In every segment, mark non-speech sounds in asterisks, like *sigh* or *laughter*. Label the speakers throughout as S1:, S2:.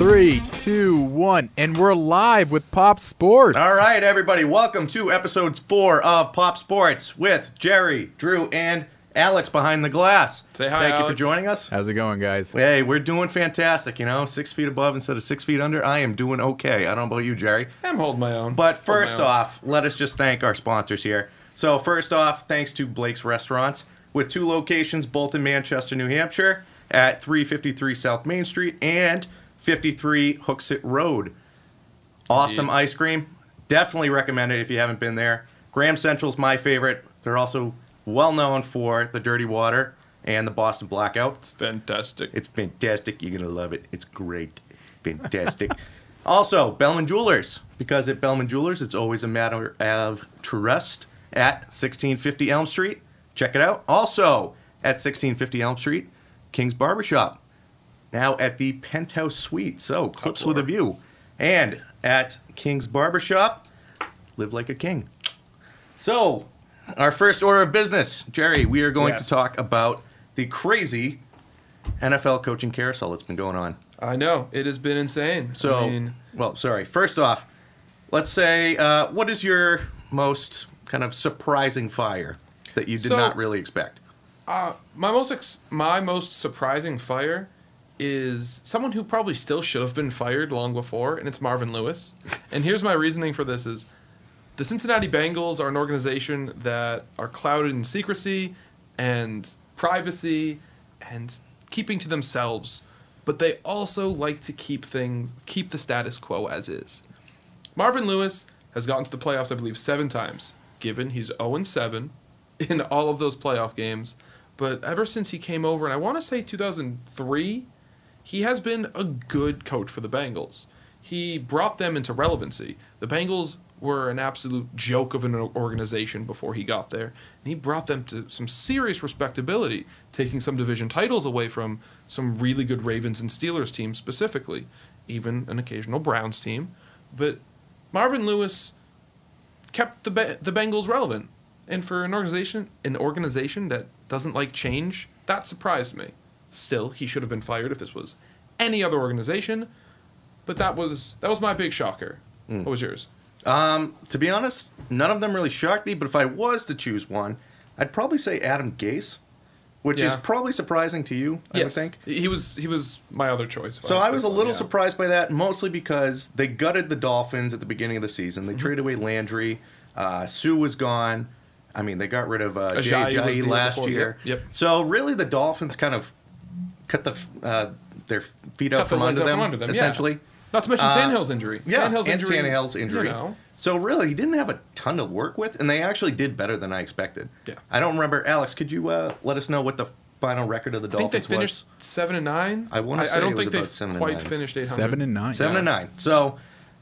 S1: Three, two, one, and we're live with Pop Sports.
S2: All right, everybody, welcome to episode four of Pop Sports with Jerry, Drew, and Alex behind the glass.
S3: Say hi,
S2: Thank you for
S3: Alex.
S2: joining us.
S1: How's it going, guys?
S2: Hey, we're doing fantastic. You know, six feet above instead of six feet under. I am doing okay. I don't know about you, Jerry.
S3: I'm holding my own.
S2: But
S3: Hold my
S2: first
S3: own.
S2: off, let us just thank our sponsors here. So, first off, thanks to Blake's Restaurants with two locations, both in Manchester, New Hampshire, at 353 South Main Street and 53 Hooksett Road. Awesome
S3: Indeed.
S2: ice cream. Definitely recommend it if you haven't been there. Graham Central's my favorite. They're also well known for the dirty water and the Boston Blackout.
S3: fantastic.
S2: It's fantastic. You're going to love it. It's great. Fantastic. *laughs* also, Bellman Jewelers, because at Bellman Jewelers, it's always a matter of trust at 1650 Elm Street. Check it out. Also, at 1650 Elm Street, King's Barbershop. Now at the Penthouse Suite. So, clips with a view. And at King's Barbershop, live like a king. So, our first order of business, Jerry, we are going
S3: Yes.
S2: to talk about the crazy NFL coaching carousel that's been going on.
S3: I know it has been insane.
S2: So,
S3: I mean,
S2: well, sorry. First off, let's say, uh, what is your most kind of surprising fire that you did
S3: So-
S2: not really expect?
S3: uh, my most ex- my most surprising fire is someone who probably still should have been fired long before, and it's
S2: *laughs*
S3: Marvin Lewis. and here's my reasoning for this: is the Cincinnati Bengals are an organization that are clouded in secrecy and privacy and keeping to themselves, but they also like to keep things keep the status quo as is. Marvin Lewis has gotten to the playoffs, I believe, seven times, given he's 0 7 in all of those playoff games. But ever since he came over, and I want to say 2003, he has been a good coach for the Bengals. He brought them into relevancy. The Bengals were an absolute joke of an organization before he got there, and he brought them to some serious respectability, taking some division titles away from some really good Ravens and Steelers teams specifically, even an occasional Browns team. But Marvin Lewis kept the Be- the Bengals relevant, and for an organization an organization that doesn't like change, that surprised me. Still, he should have been fired if this was any other organization, but that was that was my big shocker.
S2: Hmm.
S3: What was yours?
S2: Um, to be honest, none of them really shocked me, but if I was to choose one, I'd probably say Adam Gase, which is
S3: Yeah.
S2: probably surprising to you, I would think.
S3: he was he was my other choice. if
S2: So
S3: had
S2: I
S3: to
S2: was a
S3: pick one,
S2: little
S3: yeah.
S2: surprised by that, mostly because they gutted the Dolphins at the beginning of the season.
S3: Mm-hmm.
S2: They traded away Landry. Uh, Sue was gone. I mean, they got rid of uh, Jay
S3: Ajayi was the
S2: Ajayi
S3: year
S2: last
S3: before,
S2: year.
S3: yep, yep.
S2: So really, the Dolphins kind of cut the f- uh, their feet
S3: Cut
S2: up
S3: the
S2: from
S3: ones
S2: under,
S3: out
S2: them,
S3: from under them, yeah.
S2: essentially.
S3: Not to mention
S2: Uh,
S3: Tannehill's injury.
S2: Yeah,
S3: Tannehill's
S2: and
S3: injury.
S2: Tannehill's injury.
S3: You know,
S2: So really, he didn't have a ton to work with, and they actually did better than I expected.
S3: Yeah.
S2: I don't remember. Alex, could you uh, let us know what the final record of the
S3: I think they
S2: Dolphins was?
S3: finished seven and nine.
S2: I wanna say
S3: I don't
S2: it was
S3: think they
S2: about seven and
S3: quite
S2: nine.
S3: finished eight hundred.
S1: Seven and nine.
S2: Seven
S3: Yeah.
S2: and nine. So,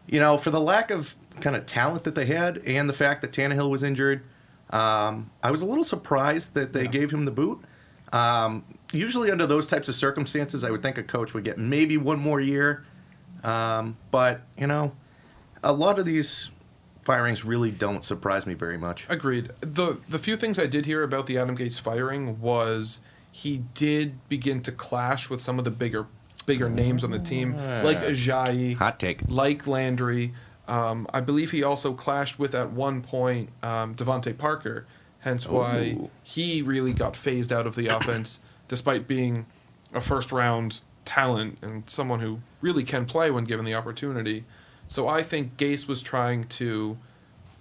S2: you know, for the lack of kind of talent that they had and the fact that Tannehill was injured, um, I was a little surprised that they gave him the boot. Um, usually, under those types of circumstances, I would think a coach would get maybe one more year. Um, but, you know, a lot of these firings really don't surprise me very much.
S3: Agreed. The the few things I did hear about the Adam Gates firing was he did begin to clash with some of the bigger bigger names on the team, like Ajayi,
S2: Hot take.
S3: like Landry. Um, I believe he also clashed with at one point um, Devonte Parker, hence why
S2: Ooh.
S3: he really got phased out of the offense, despite being a first round talent and someone who really can play when given the opportunity. So I think Gase was trying to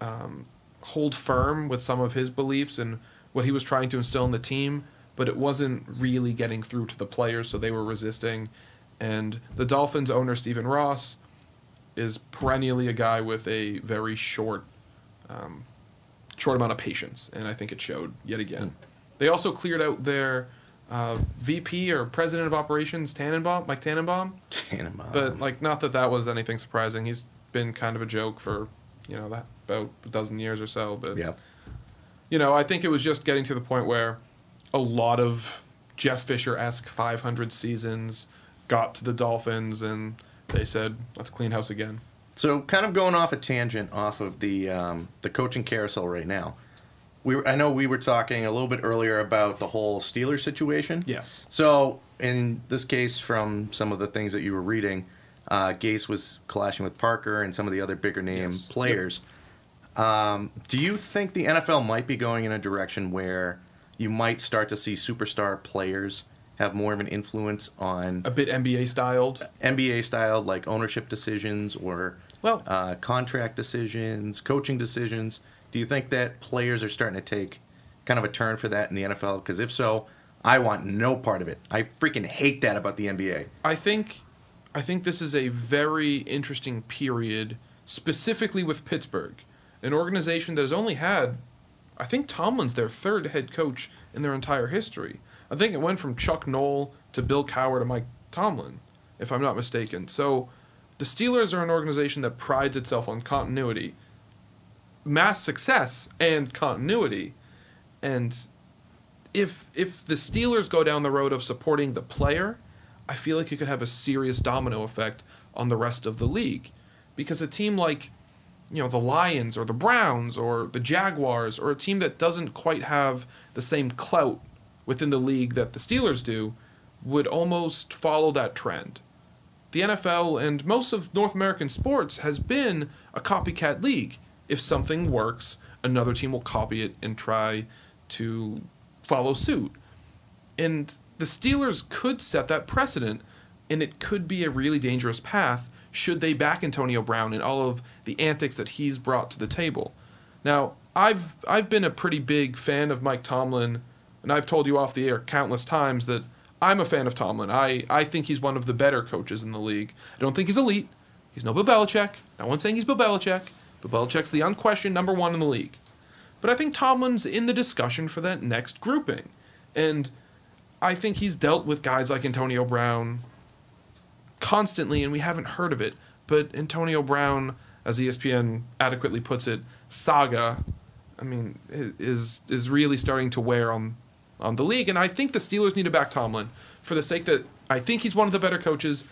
S3: um, hold firm with some of his beliefs and what he was trying to instill in the team, but it wasn't really getting through to the players, so they were resisting. And the Dolphins owner, Stephen Ross, is perennially a guy with a very short, um, short amount of patience, and I think it showed yet again. They also cleared out their uh, VP or president of operations, Tannenbaum, Mike Tannenbaum.
S2: Tannehill.
S3: But like, not that that was anything surprising. He's been kind of a joke for you know that about a dozen years or so. But
S2: yeah.
S3: you know, I think it was just getting to the point where a lot of Jeff Fisher esque 500 seasons got to the Dolphins and they said, let's clean house again.
S2: So, kind of going off a tangent off of the um, the coaching carousel right now. We were, I know we were talking a little bit earlier about the whole Steelers situation.
S3: Yes.
S2: So, in this case, from some of the things that you were reading, Uh, Gase was clashing with Parker and some of the other bigger name
S3: Yes.
S2: players. Um, do you think the NFL might be going in a direction where you might start to see superstar players have more of an influence on
S3: a bit NBA styled.
S2: NBA style, like ownership decisions or
S3: Well-
S2: uh, contract decisions, coaching decisions. Do you think that players are starting to take kind of a turn for that in the NFL? Because if so, I want no part of it. I freaking hate that about the NBA.
S3: I think I think this is a very interesting period, specifically with Pittsburgh, an organization that has only had, I think Tomlin's their third head coach in their entire history. I think it went from Chuck Knoll to Bill Cowher to Mike Tomlin, if I'm not mistaken. So the Steelers are an organization that prides itself on continuity, mass success, and continuity. And if if the Steelers go down the road of supporting the player, I feel like it could have a serious domino effect on the rest of the league, because a team like, you know, the Lions or the Browns or the Jaguars or a team that doesn't quite have the same clout within the league that the Steelers do, would almost follow that trend. The NFL and most of North American sports has been a copycat league. If something works, another team will copy it and try to follow suit. And the Steelers could set that precedent, and it could be a really dangerous path should they back Antonio Brown and all of the antics that he's brought to the table. Now, I've I've been a pretty big fan of Mike Tomlin, and I've told you off the air countless times that I'm a fan of Tomlin. I, I think he's one of the better coaches in the league. I don't think he's elite. He's no Bill Belichick. No one's saying he's Bill Belichick. Bill Belichick's the unquestioned number one in the league. But I think Tomlin's in the discussion for that next grouping. And I think he's dealt with guys like Antonio Brown constantly, and we haven't heard of it. But Antonio Brown, as E ESPN adequately puts it, saga, I mean, i- is is really starting to wear on on the league. And I think the Steelers need to back Tomlin for the sake that I think he's one of the better coaches,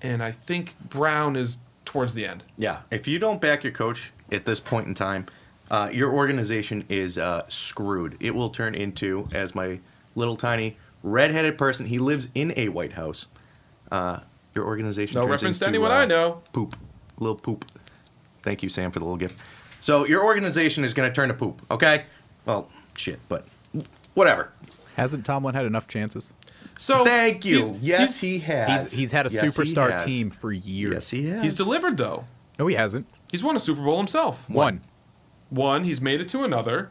S3: and I think Brown is towards the end.
S2: Yeah. If you don't back your coach at this point in time, uh, your organization is uh, screwed. It will turn into, as my little tiny redheaded person, he lives in a White House. Uh, your organization.
S3: No
S2: turns
S3: reference to
S2: into,
S3: anyone
S2: uh,
S3: I know.
S2: Poop. Little poop. Thank you, Sam, for the little gift. So your organization is going to turn to poop. Okay. Well, shit, but whatever.
S1: Hasn't Tomlin had enough chances?
S3: So
S2: Thank you.
S3: Oh, he's-
S2: yes,
S3: he's,
S2: he has.
S1: He's he's had a
S2: Yes, he
S1: superstar
S2: has.
S1: team for years.
S2: Yes, he has.
S3: he's delivered though.
S1: No, he hasn't.
S3: He's won a Super Bowl himself.
S1: One.
S3: One, he's made it to another.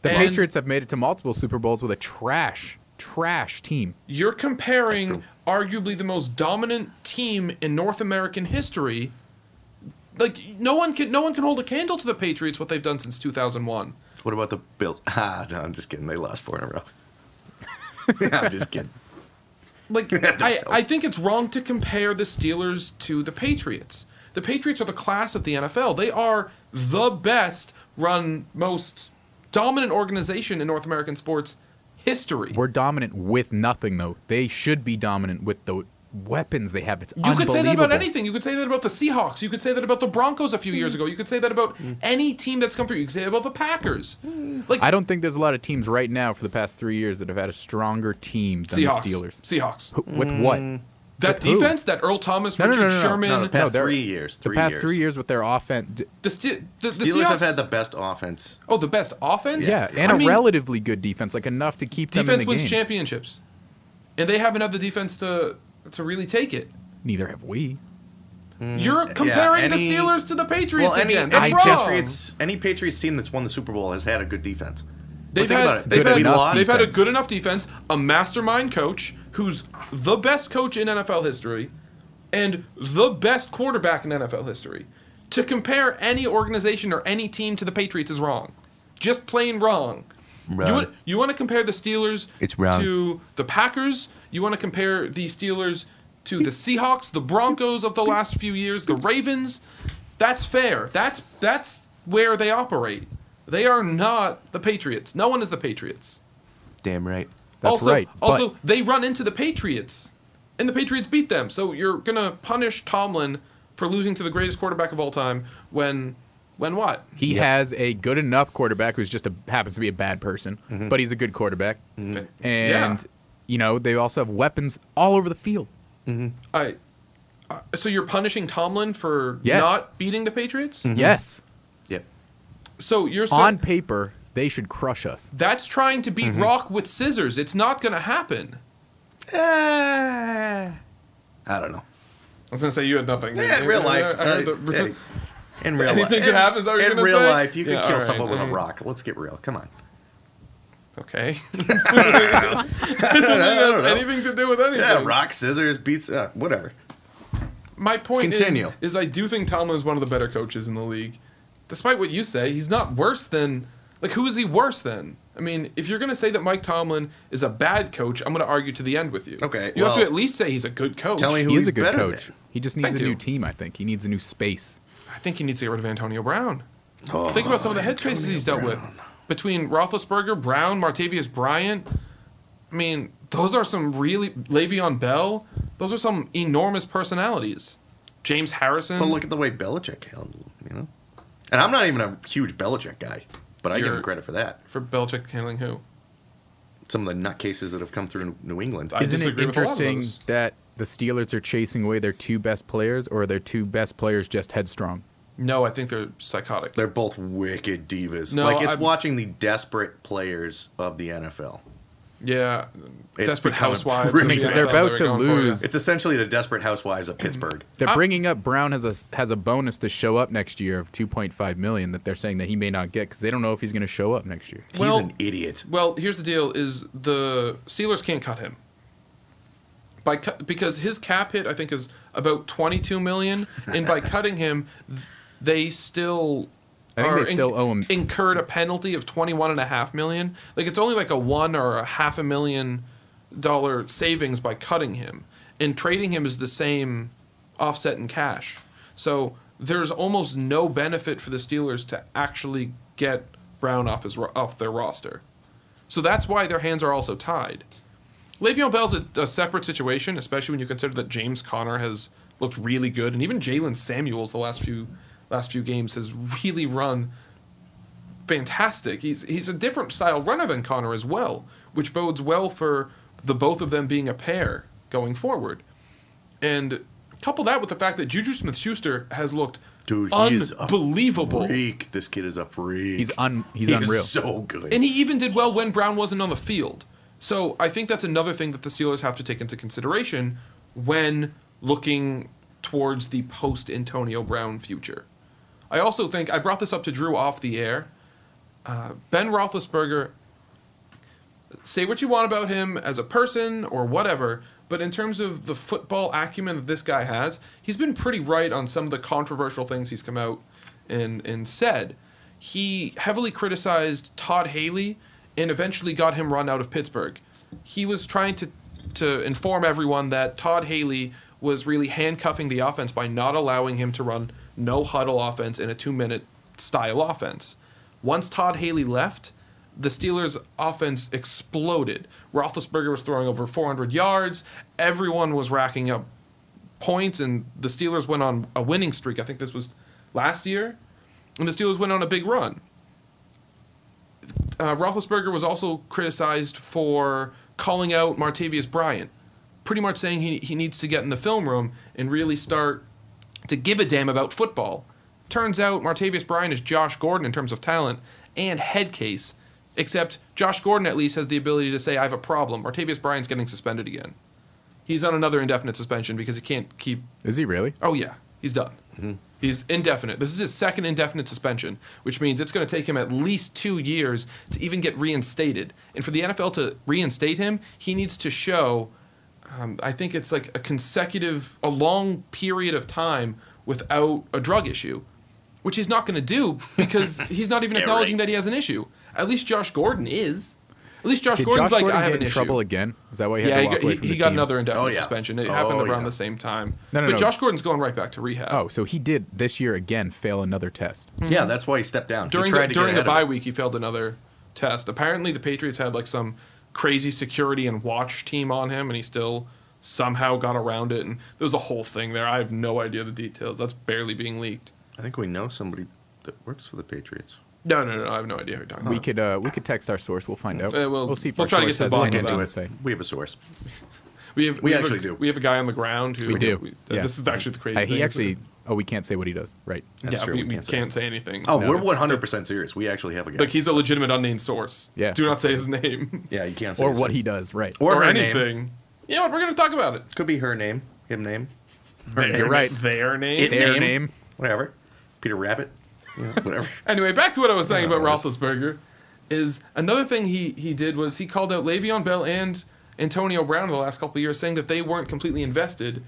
S1: The
S3: And-
S1: Patriots have made it to multiple Super Bowls with a trash, trash team.
S3: You're
S2: That's true.
S3: comparing arguably the most dominant team in North American history. Like no one can no one can hold a candle to the Patriots what they've done since 2001.
S2: What about the Bills? *laughs* Ah, no, I'm just kidding. They lost four in a
S3: *laughs*
S2: row. I'm just kidding. *laughs*
S3: Like I, I think it's wrong to compare the Steelers to the Patriots. The Patriots are the class of the NFL. They are the best run most dominant organization in North American sports history.
S1: We're dominant with nothing, though. They should be dominant with the weapons they have. It's
S3: You could say that about
S1: unbelievable.
S3: anything. You could say that about the Seahawks. You could say that about the Broncos a few years ago. You could say that about any team that's come through. You could say that about the Packers. Like
S1: I don't think there's a lot of teams right now for the past three years that have had a stronger team than
S3: Seahawks.
S1: the Steelers.
S3: Steelers. Seahawks.
S1: Who- With what?
S2: Mm.
S3: That
S1: With who?
S3: defense, that Earl Thomas,
S1: No, no,
S3: Richard
S1: no, no, no.
S3: Sherman.
S2: No, the past
S1: they're-
S2: three years.
S1: The
S2: Three
S1: past
S2: years.
S1: three years with their offense,
S3: the, Ste- the, the
S2: Steelers
S3: Seahawks
S2: have had the best offense.
S3: Oh, the best offense?
S1: yeah, and
S3: a
S1: a relatively good defense, like enough to keep them in
S3: defense
S1: the
S3: wins
S1: game.
S3: championships. And they haven't had the defense to to really take it.
S1: Neither have we.
S3: You're comparing
S2: Mm, any-
S3: the Steelers to the Patriots
S2: Well, any
S3: again.
S2: any
S3: That's wrong.
S2: Patriots any Patriots team that's won the Super Bowl has had a good defense. But
S3: They've
S2: think
S3: had,
S2: about it.
S3: they've,
S1: Good
S3: had,
S2: we
S1: enough
S2: lost.
S3: they've had a
S1: defense.
S3: good enough defense, a mastermind coach who's the best coach in NFL history and the best quarterback in NFL history. To compare any organization or any team to the Patriots is wrong. Just plain wrong. You,
S2: Wrong.
S3: want, you want to compare the Steelers
S2: It's wrong.
S3: to the Packers. You want to compare the Steelers to the Seahawks, the Broncos of the last few years, the Ravens. That's fair. That's that's where they operate. They are not the Patriots. No one is the Patriots.
S2: Damn right.
S1: That's
S3: also,
S1: right, but-
S3: also they run into the Patriots, and the Patriots beat them. So you're gonna punish Tomlin for losing to the greatest quarterback of all time when, when what?
S1: He has a good enough quarterback who's just a, happens to be a bad person, but he's a good quarterback.
S3: Fin-
S1: And
S3: Mm-hmm. Yeah.
S1: you know they also have weapons all over the field.
S3: I, uh, So you're punishing Tomlin for
S1: Yes.
S3: not beating the Patriots?
S1: Yes.
S2: Yep.
S3: So you're saying
S1: On paper, they should crush us.
S3: that's trying to beat Rock with scissors. It's not going to happen. Eh.
S2: Uh, I don't know.
S3: I was going to say you had nothing.
S2: Yeah, in real life.
S3: I heard
S2: uh,
S3: the-
S2: hey, in real
S3: Anything
S2: life.
S3: could
S2: in-
S3: happen, is that what you're
S2: in
S3: gonna
S2: real
S3: say?
S2: life, you could
S3: Yeah,
S2: kill
S3: alright,
S2: someone with a
S3: mhm.
S2: rock. Let's get real. Come on.
S3: *laughs* *laughs* Okay.
S2: I don't know, I don't know.
S3: anything to do with anything.
S2: Yeah, rock, scissors, beats, uh, whatever.
S3: My point
S2: Continue.
S3: is, is I do think Tomlin is one of the better coaches in the league. Despite what you say, he's not worse than like who is he worse than? I mean, if you're going to say that Mike Tomlin is a bad coach, I'm going to argue to the end with you.
S2: Okay,
S3: You have to
S2: well,
S3: at least say he's a good coach.
S2: tell me who-
S1: He is
S2: he's
S1: a good
S2: better
S1: coach.
S2: than.
S1: He just needs a
S3: Thank you.
S1: new team, I think. He needs a new space.
S3: I think he needs to get rid of Antonio Brown.
S2: Oh,
S3: think about some of the head cases he's dealt with between Roethlisberger, Brown, Martavius Bryant. I mean, those are some really Le'Veon Bell. Those are some enormous personalities. James Harrison.
S2: Well, look at the way Belichick handled him, you know? And I'm not even a huge Belichick guy, but I give
S3: You're-
S2: him credit for that.
S3: for Belichick handling who?
S2: Some of the nutcases that have come through New England.
S3: I
S1: Isn't it
S3: disagree with a lot of
S1: interesting
S3: those.
S1: that the Steelers are chasing away their two best players, or are their two best players just headstrong?
S3: No, I think they're psychotic.
S2: They're both wicked divas.
S3: No,
S2: like, it's
S3: I'm-
S2: watching the desperate players of the NFL.
S3: yeah,
S2: It's
S3: desperate
S2: become a
S3: housewives. of
S2: pretty-
S3: the
S2: They're
S3: NFL
S1: about
S3: are
S1: to
S3: going for, yeah.
S1: lose.
S2: It's essentially the desperate housewives of Pittsburgh.
S1: They're
S3: I-
S1: bringing up Brown has a has a bonus to show up next year of 2.5 million that they're saying that he may not get because they don't know if he's going to show up next year.
S3: *clears throat* Well-
S2: He's an idiot.
S3: Well, here's the deal: is the Steelers can't cut him by cut, because his cap hit I think is about 22 million, and by cutting him, th- they still.
S1: I think
S3: are
S1: they still owe him-
S3: incurred a penalty of 21 and a half million like it's only like a one or a half a million dollar savings by cutting him and trading him is the same offset in cash so there's almost no benefit for the steelers to actually get brown off his ro- off their roster so that's why their hands are also tied. Le'Veon Bell's a, a separate situation, especially when you consider that James Conner has looked really good, and even Jalen Samuels the last few last few games has really run fantastic. He's he's a different style runner than Connor as well, which bodes well for the both of them being a pair going forward. And couple that with the fact that Juju Smith-Schuster has looked
S2: Dude, he is a
S3: unbelievable.
S2: Freak. This kid is a freak.
S1: He's un he's,
S2: He is
S1: unreal.
S2: so good.
S3: And he even did well when Brown wasn't on the field. So I think that's another thing that the Steelers have to take into consideration when looking towards the post Antonio Brown future. I also think I brought this up to Drew off the air. Uh, ben Roethlisberger, say what you want about him as a person or whatever, but in terms of the football acumen that this guy has, he's been pretty right on some of the controversial things he's come out and and said. He heavily criticized Todd Haley and eventually got him run out of Pittsburgh. He was trying to to inform everyone that Todd Haley was really handcuffing the offense by not allowing him to run no huddle offense in a two minute style offense. Once Todd Haley left, the Steelers' offense exploded. Roethlisberger was throwing over 400 yards. Everyone was racking up points, and the Steelers went on a winning streak. I think this was last year, and the Steelers went on a big run. Uh, Roethlisberger was also criticized for calling out Martavius Bryant, pretty much saying he, he needs to get in the film room and really start to give a damn about football. Turns out Martavius Bryant is Josh Gordon in terms of talent and head case, except Josh Gordon at least has the ability to say, I have a problem. Martavius Bryant's getting suspended again. He's on another indefinite suspension because he can't keep
S1: Is he really?
S3: Oh yeah, he's done.
S1: Mm-hmm.
S3: He's indefinite. This is his second indefinite suspension, which means it's going to take him at least two years to even get reinstated. And for the NFL to reinstate him, he needs to show. Um, I think it's like a consecutive, a long period of time without a drug issue, which he's not going
S1: *laughs*
S3: to do because he's not even
S2: Yeah,
S3: acknowledging
S2: right.
S3: that he has an issue. At least Josh Gordon is. At least Josh
S1: Did
S3: Gordon's
S1: Josh
S3: like
S1: Gordon
S3: I have
S1: get
S3: an
S1: in
S3: issue.
S1: trouble again? Is that why he had to
S3: Yeah, he
S1: walk
S3: got,
S1: away
S3: he,
S1: from
S3: he
S1: the
S3: got
S1: team?
S3: another indefinite
S2: Oh, yeah.
S3: suspension. It happened
S2: Oh,
S3: around
S2: yeah.
S3: the same time.
S1: No, no,
S3: but
S1: no.
S3: Josh Gordon's going right back to rehab.
S1: Oh, so he did this year again fail another test.
S2: yeah, that's why he stepped down. He
S3: during
S2: tried
S3: the,
S2: to get
S3: during the
S2: ahead of it.
S3: bye week, he failed another test. Apparently, the Patriots had like some crazy security and watch team on him, and he still somehow got around it. And there was a whole thing there. I have no idea the details. That's barely being leaked.
S2: I think we know somebody that works for the Patriots.
S3: No, no, no. I have no idea who you're talking
S1: We
S3: about.
S1: could uh, we could text our source. We'll find out.
S3: Uh, we'll-
S1: see. If
S3: we'll
S1: our
S3: try to
S1: source
S3: get to
S1: has
S3: the bottom
S1: anything
S3: of
S1: to
S3: that.
S1: say.
S2: We have a source.
S3: We have
S2: We
S3: have
S2: actually
S3: a,
S2: do.
S3: We have a guy on the ground who
S1: We do.
S3: uh,
S1: Yeah.
S3: This is actually the crazy.
S1: Uh,
S3: thing.
S1: he actually. Oh, we can't say what he does, right?
S2: That's
S3: yeah,
S2: true,
S3: we,
S2: we
S3: we
S2: can't
S3: can't,
S2: say.
S3: say anything.
S2: Oh,
S3: No,
S2: we're
S3: it's-
S2: one hundred percent serious. We actually have a guy.
S3: Like he's a legitimate unnamed source.
S1: Yeah.
S3: Do not say his name *laughs*
S2: yeah, you can't say
S1: Or
S2: his
S1: what
S2: name.
S1: he does, right?
S2: or,
S3: or
S2: her Name.
S3: anything. You know what? We're gonna talk about it.
S2: Could be her name, him name,
S1: You're right.
S3: Their name.
S2: It-
S1: Their
S2: name.
S1: name.
S2: whatever. Peter Rabbit, you know,
S1: *laughs*
S2: whatever.
S3: Anyway, back to what I was saying
S2: Yeah,
S3: about Roethlisberger. Is another thing he he did was he called out Le'Veon Bell and Antonio Brown in the last couple of years, saying that they weren't completely invested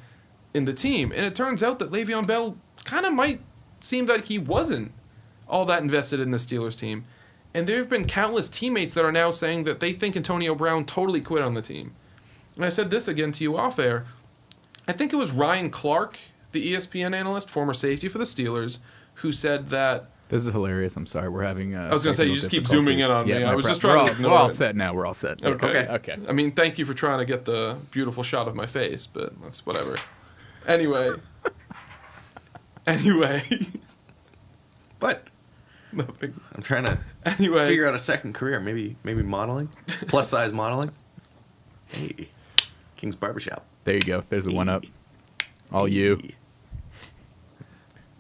S3: in the team. And it turns out that Le'Veon Bell kind of might seem that he wasn't all that invested in the Steelers team. And there have been countless teammates that are now saying that they think Antonio Brown totally quit on the team. And I said this again to you off air. I think it was Ryan Clark, the E ESPN analyst, former safety for the Steelers, who said that
S1: This is hilarious. I'm sorry. We're having. Uh,
S3: I was gonna say, you
S1: technical
S3: just keep
S1: difficulties.
S3: zooming in on me.
S1: my
S3: I was just
S1: problem.
S3: trying to
S1: We're all, we're
S3: ignore
S1: all
S3: it.
S1: set now. We're all set.
S3: Okay.
S1: Okay.
S3: I mean, thank you for trying to get the beautiful shot of my face, but that's whatever.
S2: *laughs*
S3: Anyway. anyway. *laughs*
S2: But
S3: Nothing.
S2: I'm trying to
S3: Anyway. *laughs*
S2: figure out a second career. Maybe maybe modeling, plus size modeling. Hey, King's Barbershop.
S1: There you go. There's the one up. All you.
S2: Hey.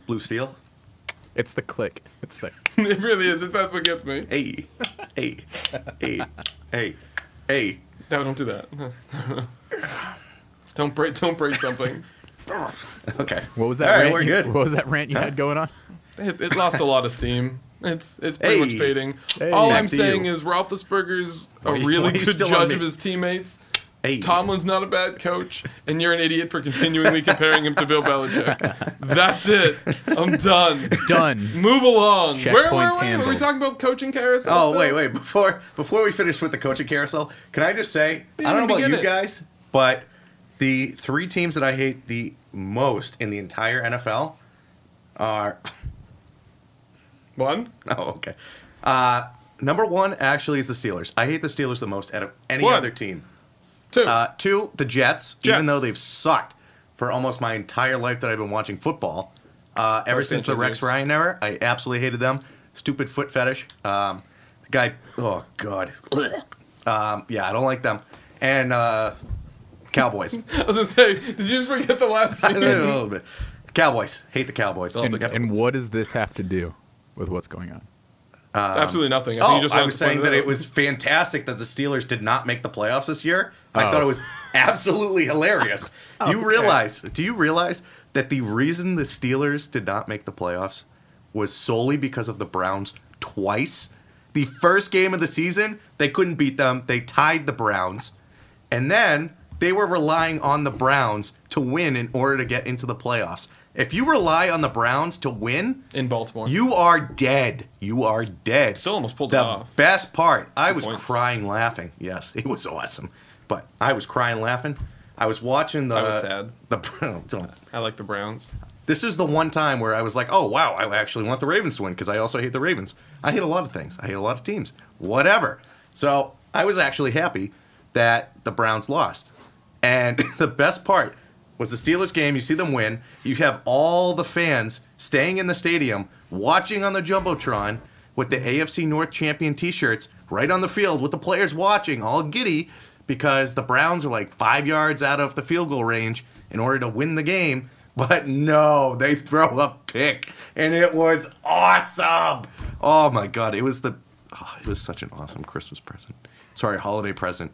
S2: Blue Steel.
S1: It's the click. It's the.
S3: it really is. That's what gets me.
S2: Hey, hey, hey, hey,
S1: *laughs*
S2: hey.
S3: No, don't do that. *laughs* don't break. Don't break something.
S2: Okay.
S1: What was that?
S2: All right,
S1: rant
S2: we're
S1: you-
S2: good.
S1: *laughs* What was that rant you
S2: *laughs*
S1: had going on?
S3: It, it lost a lot of steam. It's it's pretty
S2: Hey.
S3: much fading.
S1: Hey.
S3: All
S1: Back
S3: I'm
S2: to
S3: saying
S2: you.
S3: is Roethlisberger's
S2: Why
S3: a
S2: are you- why
S3: really
S2: are you
S3: good
S2: still on
S3: judge
S2: me?
S3: of his teammates.
S2: Hey,
S3: Tomlin's not a bad coach, and you're an idiot for continually comparing him to Bill Belichick. That's it. I'm done.
S1: Done.
S3: Move along. where where
S1: Checkpoints
S3: were we? Were we
S1: handled.
S3: talking about coaching carousel?
S2: Oh
S3: still?
S2: wait, wait. Before before we finish with the coaching carousel, can I just say
S3: You
S2: I don't
S3: didn't
S2: know about
S3: begin
S2: you
S3: it.
S2: guys, but the three teams that I hate the most in the entire NFL are *laughs*
S3: One.
S2: oh okay. Uh, number one actually is the Steelers. I hate the Steelers the most out of any
S3: One.
S2: other team.
S3: Two.
S2: Uh, two, the Jets, even
S3: Jets.
S2: though they've sucked for almost my entire life that I've been watching football. Uh, ever
S3: Mark
S2: since the
S3: Sanchez
S2: Rex
S3: is-
S2: Ryan era, I absolutely hated them. Stupid foot fetish. Um, the guy, oh god. Um, yeah, I don't like them. And uh, Cowboys. *laughs*
S3: I was gonna say, did you just forget the last
S2: a
S3: scene?
S2: little bit. Cowboys. Hate the Cowboys.
S3: Oh,
S1: And,
S3: the
S1: and what does this have to do with what's going on?
S3: Absolutely nothing. I think
S2: Oh,
S3: you just
S2: I
S3: wanted
S2: was
S3: to point
S2: saying that it
S3: out.
S2: was fantastic that the Steelers did not make the playoffs this year. I
S1: Oh.
S2: thought it was *laughs* absolutely hilarious. You realize? Do you realize that the reason the Steelers did not make the playoffs was solely because of the Browns twice? The first game of the season, they couldn't beat them. They tied the Browns, and then they were relying on the Browns to win in order to get into the playoffs. If you rely on the Browns to win,
S3: in Baltimore.
S2: you are dead. You are dead.
S3: Still almost pulled
S2: the
S3: it off.
S2: best part. I was
S3: points.
S2: crying laughing. Yes, *laughs* it was awesome. But I was crying laughing. I was watching the.
S3: I was sad.
S2: The *laughs* don't-
S3: I like the Browns.
S2: This is the one time where I was like, "Oh wow, I actually want the Ravens to win because I also hate the Ravens. I hate a lot of things. I hate a lot of teams. Whatever." So I was actually happy that the Browns lost. And *laughs* the best part was the Steelers game. You see them win. You have all the fans staying in the stadium, watching on the jumbotron with the AFC North champion T-shirts right on the field with the players watching, all giddy because the Browns are like five yards out of the field goal range in order to win the game. But no, they throw a pick, and it was awesome. Oh my god, it was the, oh, it was such an awesome Christmas present. Sorry, holiday present,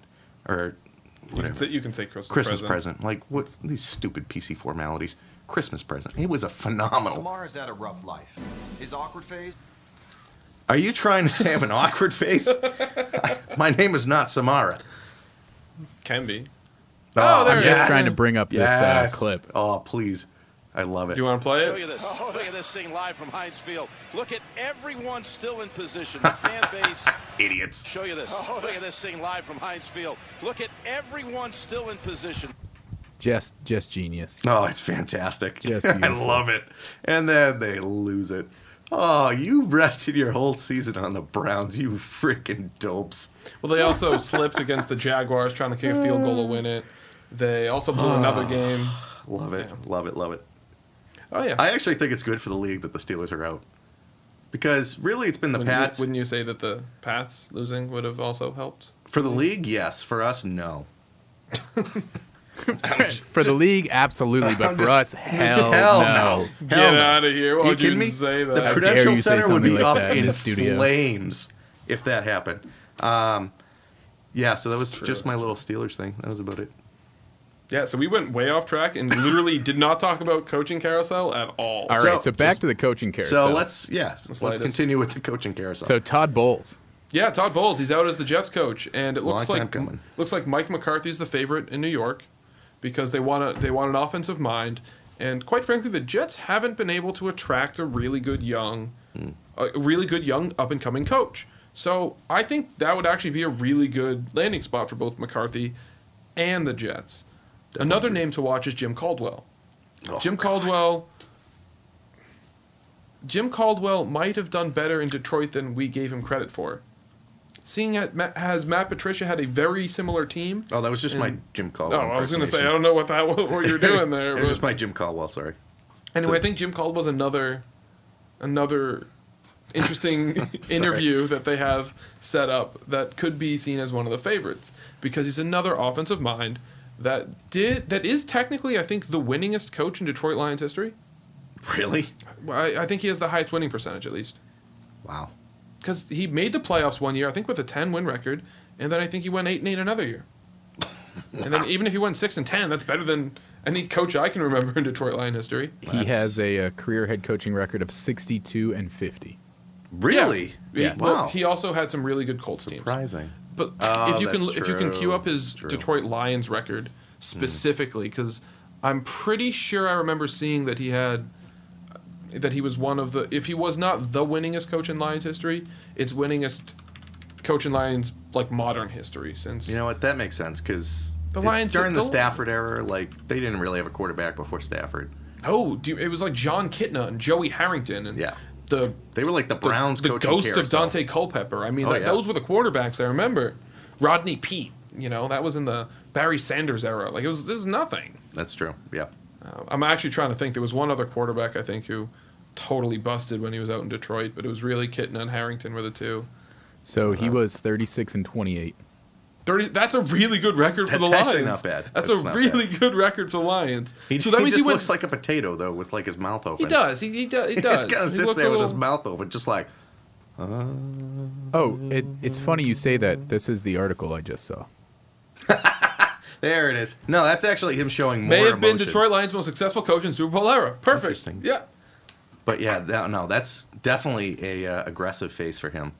S2: or
S3: You
S2: whatever.
S3: can say you can say Christmas,
S2: Christmas present. Like what's these stupid PC formalities? Christmas present. It was a phenomenal.
S4: Samara's had a rough life. His awkward phase.
S2: Are you trying to say I have an awkward face? *laughs* My name is not Samara.
S3: Can be. Oh, there
S2: I'm
S3: it
S1: Just
S3: Yes.
S1: trying to bring up this
S2: Yes.
S1: uh, clip.
S2: Oh, please. I love it.
S3: Do you want to play
S5: Show you
S3: it?
S5: this. Look at this thing live from Heinz Field. Look at everyone still in position. The fan base.
S2: Idiots.
S5: Show you this. Look at this thing live from Heinz Field. Look at everyone still in position.
S1: Just, just genius.
S2: Oh, it's fantastic.
S1: Just
S2: *laughs* I
S1: beautiful.
S2: love it. And then they lose it. Oh, you rested your whole season on the Browns, you freaking dopes.
S3: Well, they also slipped against the Jaguars, trying to kick a field goal to win it. They also blew
S2: *sighs*
S3: another game.
S2: Love it. Love it. Love it.
S3: Oh yeah.
S2: I actually think it's good for the league that the Steelers are out. Because really it's been the
S3: wouldn't,
S2: Pats.
S3: You, wouldn't you say that the Pats losing would have also helped?
S2: For the league, yes. For us, no.
S1: for the league, absolutely, but
S2: *laughs* I'm
S1: for us,
S2: just-
S1: hell, no.
S2: Hell
S3: Get
S2: no.
S3: out of here! Why
S2: you
S3: would you
S2: kidding me?
S3: even say that?
S2: The
S1: dare
S2: Prudential
S1: you say
S2: Center would
S1: something
S2: be
S1: like
S2: up
S1: that in
S2: in
S1: the studio.
S2: flames if that happened. Um, yeah, so that was
S3: true.
S2: just my little Steelers thing. That was about it.
S3: Yeah, so we went way off track and literally did not talk about coaching carousel at all.
S1: All right,
S2: So-
S1: so, back
S2: just-
S1: to the coaching carousel.
S2: So, let's yeah, let's,
S3: slide this.
S2: continue with the coaching carousel.
S1: So Todd Bowles.
S3: Yeah, Todd Bowles, he's out as the Jets coach, and it looks
S2: Long time
S3: like
S2: coming.
S3: looks like Mike McCarthy's the favorite in New York because they want a, they want an offensive mind, and quite frankly, the Jets haven't been able to attract a really good young,
S2: Hmm.
S3: a really good young up and coming coach. So I think that would actually be a really good landing spot for both McCarthy and the Jets. Another name to watch is Jim Caldwell.
S2: Oh.
S3: Jim Caldwell. Jim Caldwell might have done better in Detroit than we gave him credit for. Seeing as Ma- has Matt Patricia had a very similar team.
S2: oh, that was just my
S3: And-
S2: Jim
S3: Oh,
S2: Caldwell.
S3: I was going to say I
S2: impersonation.
S3: don't know what that *laughs* what you're doing there.
S2: it was just
S3: but-
S2: my Jim Caldwell. Sorry. *laughs*
S3: anyway, I think Jim Caldwell's another
S2: *laughs*
S3: another interesting interview that they have set up that could be seen as one of the favorites because he's another offensive mind that did that is technically I think the winningest coach in Detroit Lions history.
S2: Really?
S3: Well, I, I think he has the highest winning percentage at least
S2: Wow.
S3: because he made the playoffs one year, I think with a ten win record, and then I think he went eight and eight another year. and then even if he went six and ten, that's better than any coach I can remember in Detroit Lion history.
S1: He has a, uh career head coaching record of 62 and 50.
S2: Really?
S3: Yeah, but
S2: Wow.
S3: he also had some really good Colts teams.
S2: Surprising.
S3: But
S2: Oh,
S3: if you can
S2: that's
S3: if you can
S2: true.
S3: queue up his
S2: True. Hmm.
S3: Detroit Lions record specifically, because I'm pretty sure I remember seeing that he had that he was one of the if he was not the winningest coach in Lions history, it's winningest coach in Lions like modern history since
S2: You know what? That makes sense because
S3: The Lions-
S2: during the
S3: the-
S2: Stafford era, like they didn't really have a quarterback before Stafford.
S3: oh do you, it was like John Kitna and Joey Harrington and
S2: Yeah.
S3: the
S2: They were like the Browns
S3: the
S2: coaching
S3: ghost of
S2: carousel.
S3: Dante Culpepper. I mean,
S2: Oh,
S3: that,
S2: yeah.
S3: those were the quarterbacks I remember. Rodney Pete, you know, that was in the Barry Sanders era. Like it was, there was nothing.
S2: That's true. Yeah.
S3: Uh, I'm actually trying to think. There was one other quarterback I think who totally busted when he was out in Detroit, but it was really Kitten and Harrington were the two.
S1: So he
S2: Uh-huh.
S1: was 36 and 28.
S3: Thirty. That's a really good record for
S2: That's
S3: the
S2: actually
S3: Lions.
S2: not bad.
S3: That's,
S2: That's
S3: a
S2: not
S3: really good record for the Lions.
S2: He,
S3: so that
S2: he
S3: means
S2: just
S3: he went,
S2: looks like a potato though, with like his mouth open.
S3: He does. He, he does.
S2: *laughs*
S3: He
S2: He
S3: does.
S2: just kind of
S3: He
S2: sits
S3: looks a
S2: there with
S3: little-
S2: his mouth open, just like
S1: Oh, it, it's funny you say that. This is the article I just saw.
S2: there it is. No, that's actually him showing more.
S3: May have been
S2: emotion.
S3: Detroit Lions' most successful coach in Super Bowl era. Perfect.
S2: Interesting.
S3: Yeah.
S2: But yeah, that, no, that's definitely a uh, aggressive face for him.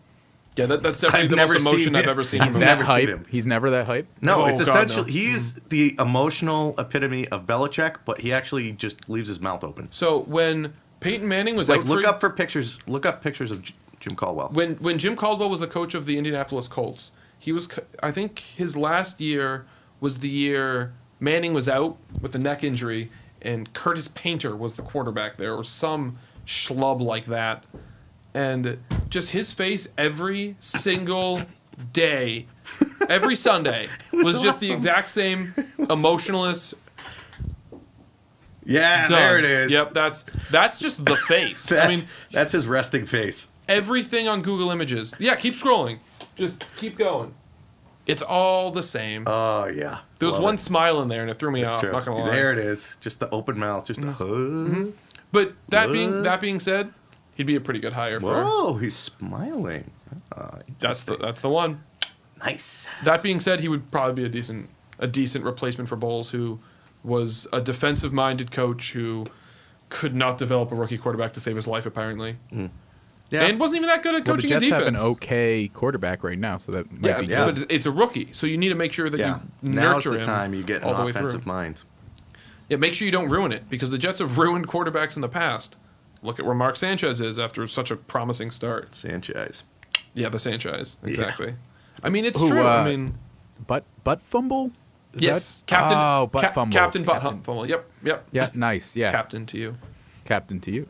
S3: Yeah, that, that's definitely
S2: I've
S3: the
S2: never
S3: most emotion
S2: seen
S3: I've
S2: it.
S3: ever seen
S1: He's
S3: him.
S2: I've
S1: that
S2: never seen
S1: hype.
S2: him.
S1: He's never that hype.
S2: No,
S3: Oh,
S2: it's
S3: God,
S2: essentially
S3: no. Mm-hmm.
S2: he's the emotional epitome of Belichick, but he actually just leaves his mouth open.
S3: So when Peyton Manning was
S2: Like
S3: out
S2: look
S3: for,
S2: up for pictures. Look up pictures of J- Jim Caldwell.
S3: when when Jim Caldwell was the coach of the Indianapolis Colts, he was co- I think his last year was the year Manning was out with a neck injury and Curtis Painter was the quarterback there or some schlub like that. And just his face every single day, every
S2: *laughs*
S3: Sunday was, just the
S2: awesome. *laughs*
S3: exact same emotionless
S2: Yeah,
S3: done.
S2: there it is. *laughs*
S3: Yep, that's that's just the face.
S2: That's,
S3: I mean,
S2: that's his resting face.
S3: everything on Google Images. Yeah, keep scrolling. Just keep going. It's all the same.
S2: Oh yeah.
S3: there was
S2: Love
S3: one
S2: it.
S3: smile in there, and it threw me
S2: It's
S3: off.
S2: true.
S3: Not gonna lie. Mm-hmm.
S2: There it is. Just the open mouth. Just the. huh.
S3: But that being
S2: What?
S3: that being said, he'd be a pretty good hire for.
S2: Whoa, he's smiling. Uh,
S3: That's the that's the one.
S2: nice.
S3: That being said, he would probably be a decent a decent replacement for Bowles, who was a defensive minded coach who could not develop a rookie quarterback to save his life apparently,
S2: Yeah.
S3: and wasn't even that good at
S1: Well, the
S3: coaching
S1: Jets
S3: a defense.
S1: have an okay quarterback right now, so that might
S3: Yeah,
S1: be
S2: yeah.
S1: good.
S3: but it's a rookie, so you need to make sure that
S2: yeah.
S3: you
S2: Now's
S3: nurture
S2: the
S3: him
S2: time you get
S3: all
S2: an
S3: the way through.
S2: offensive mind.
S3: Yeah, make sure you don't ruin it because the Jets have ruined quarterbacks in the past. Look at where Mark Sanchez is after such a promising start.
S2: Sanchez.
S3: Yeah, the Sanchez exactly. I mean, it's
S1: Who,
S3: true.
S1: uh,
S3: I mean,
S1: Butt butt fumble? Is
S3: yes,
S1: that-
S3: Captain.
S1: Oh, butt
S3: Cap-
S1: fumble.
S3: Captain Butt Hump Fumble. Yep, yep.
S1: Yeah, nice. Yeah,
S3: Captain to you.
S1: Captain to you.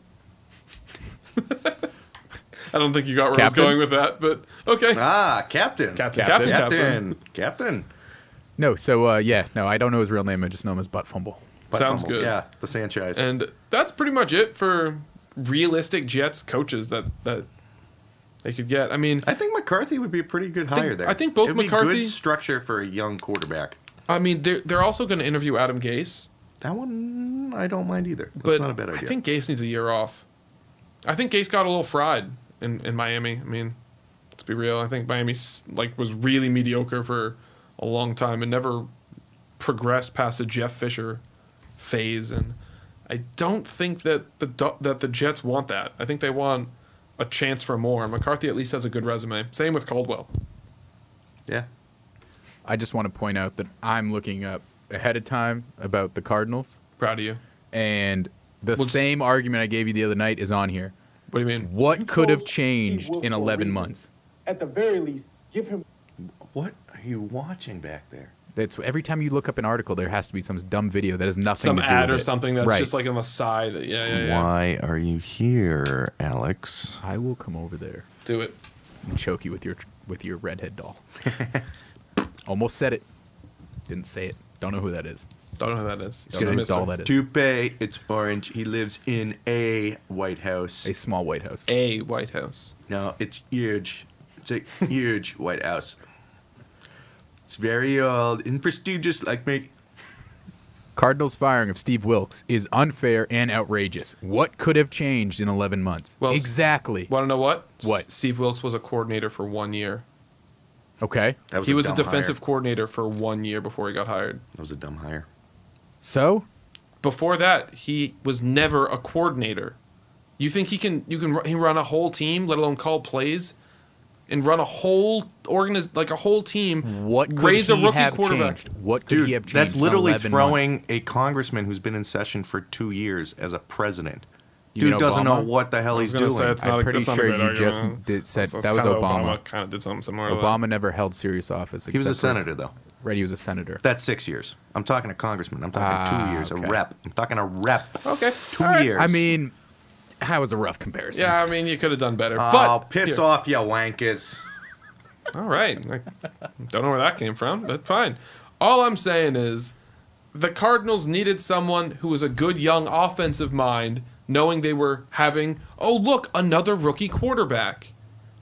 S3: I don't think you got where
S1: Captain?
S3: I was going with that, but okay.
S2: Ah, captain.
S3: Captain,
S1: Captain.
S3: Captain,
S2: Captain.
S3: Captain.
S2: Captain.
S1: No, so uh, yeah, no, I don't know his real name. I just know him as butt fumble.
S2: Butt
S3: Sounds
S2: fumble.
S3: good.
S2: Yeah, the Sanchez.
S3: And that's pretty much it for realistic Jets coaches that that they could get. I mean,
S2: I think McCarthy would be a pretty good
S3: think-
S2: hire there.
S3: I think both
S2: It'd be
S3: McCarthy-
S2: good structure for a young quarterback.
S3: I mean, they're they're also going to interview Adam Gase,
S2: That one I don't mind either. That's
S3: but
S2: not a bad idea.
S3: I think Gase needs a year off. I think Gase got a little fried in in Miami. I mean, let's be real. I think Miami's like was really mediocre for a long time and never progressed past the Jeff Fisher phase. And I don't think that the Do- that the Jets want that. I think they want a chance for more. And McCarthy at least has a good resume. Same with Caldwell.
S2: yeah.
S1: I just want to point out that I'm looking up ahead of time about the Cardinals,
S3: Proud of you.
S1: and the
S3: Well, just-
S1: same argument I gave you the other night is on here.
S3: What do you mean?
S1: What
S6: You
S1: could have
S6: chose
S1: changed
S6: Steve Wilks
S1: in
S6: for a
S1: 11
S6: reason.
S1: months?
S6: At the very least, give him
S2: What are you watching back there?
S1: That's every time you look up an article, there has to be some dumb video that has nothing
S3: Some
S1: to do
S3: ad
S1: with
S3: or
S1: it.
S3: something that's
S1: Right.
S3: just like on the side. that- Yeah, yeah, yeah.
S2: Why are you here, Alex?
S1: I will come over there
S3: Do it.
S1: and choke you with your with your redhead
S3: *laughs*
S1: doll. Almost said it, didn't say it. Don't know who that is.
S3: Don't know who that is.
S1: Don't know
S3: It's
S1: whose
S3: a
S1: doll
S3: mystery.
S1: that is.
S2: Toupee, it's orange. He lives in a White House.
S1: A small White House.
S3: A White House.
S2: No, it's huge. It's a huge *laughs* White House. It's very old and prestigious, like me.
S1: Cardinals firing of Steve Wilkes is unfair and outrageous. What could have changed in 11 months?
S3: Well, s-
S1: exactly.
S3: Want to know what? S-
S1: What?
S3: Steve Wilkes was a coordinator for one year.
S1: Okay.
S2: That was
S3: he
S2: a
S3: was a
S2: dumb
S3: defensive
S2: Hire.
S3: coordinator for one year before he got hired.
S2: That was a dumb hire.
S1: So,
S3: Before that, he was never a coordinator. You think he can? You can ru- he run a whole team, let alone call plays, and run a whole organiz like a whole team.
S1: what could
S3: Raise a
S1: he
S3: rookie
S1: have
S3: quarterback.
S1: changed? What could
S2: Dude,
S1: he have changed?
S2: that's
S1: in
S2: literally
S1: 11
S2: throwing
S1: months?
S2: a congressman who's been in session for two years as a president.
S1: You mean
S2: Dude doesn't know
S1: Obama?
S2: what the hell he's
S3: gonna
S2: doing.
S3: say it's
S1: I'm
S3: not a-
S1: pretty
S3: that's not a
S1: sure
S3: good
S1: you
S3: argument.
S1: just did- said-
S3: That's-
S1: that was
S3: kinda
S1: Obama.
S3: Kind of did something similar. to that.
S1: Obama never held serious office.
S2: he was a
S1: except for-
S2: senator, though.
S1: Right, he was a senator.
S2: That's six years. I'm talking a congressman. I'm talking
S1: Ah,
S2: two years.
S1: okay.
S2: A rep. I'm talking a rep.
S3: Okay.
S2: Two
S3: All right.
S2: years.
S1: I mean, that was a rough comparison.
S3: Yeah, I mean, you could have done better.
S2: oh,
S3: but
S2: piss
S3: here.
S2: off, you wankers.
S3: All right. I don't know where that came from, but fine. All I'm saying is the Cardinals needed someone who was a good young offensive mind, knowing they were having, oh, look, another rookie quarterback.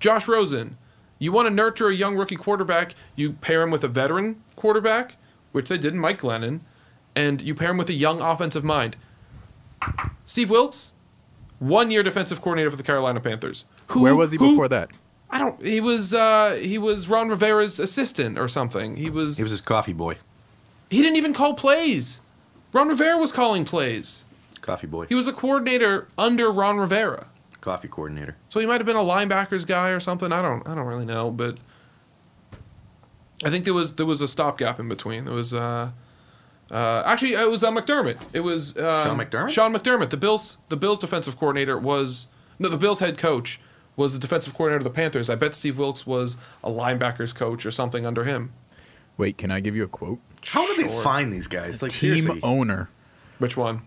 S3: Josh Rosen. You want to nurture a young rookie quarterback, you pair him with a veteran quarterback, which they did in Mike Glennon, and you pair him with a young offensive mind. Steve Wiltz, one year defensive coordinator for the Carolina Panthers. Who,
S1: Where was he
S3: who-
S1: before that?
S3: I don't. He was uh, he was Ron Rivera's assistant or something. He was,
S2: He
S3: he
S2: was his coffee boy.
S3: didn't even call plays. Ron Rivera was calling plays.
S2: Coffee boy.
S3: He was a coordinator under Ron Rivera,
S2: coffee coordinator.
S3: so he might have been a linebackers guy or something. I don't I don't really know, but I think there was there was a stopgap in between. There was uh, uh, actually it was uh, McDermott. It was uh,
S2: Sean McDermott?
S3: Sean McDermott. The Bills the Bills defensive coordinator was no the Bills head coach was the defensive coordinator of the Panthers. I bet Steve Wilkes was a linebackers coach or something under him.
S1: Wait, can I give you a quote?
S2: How do they find these guys? Like
S1: Team
S2: seriously.
S1: owner
S3: Which one?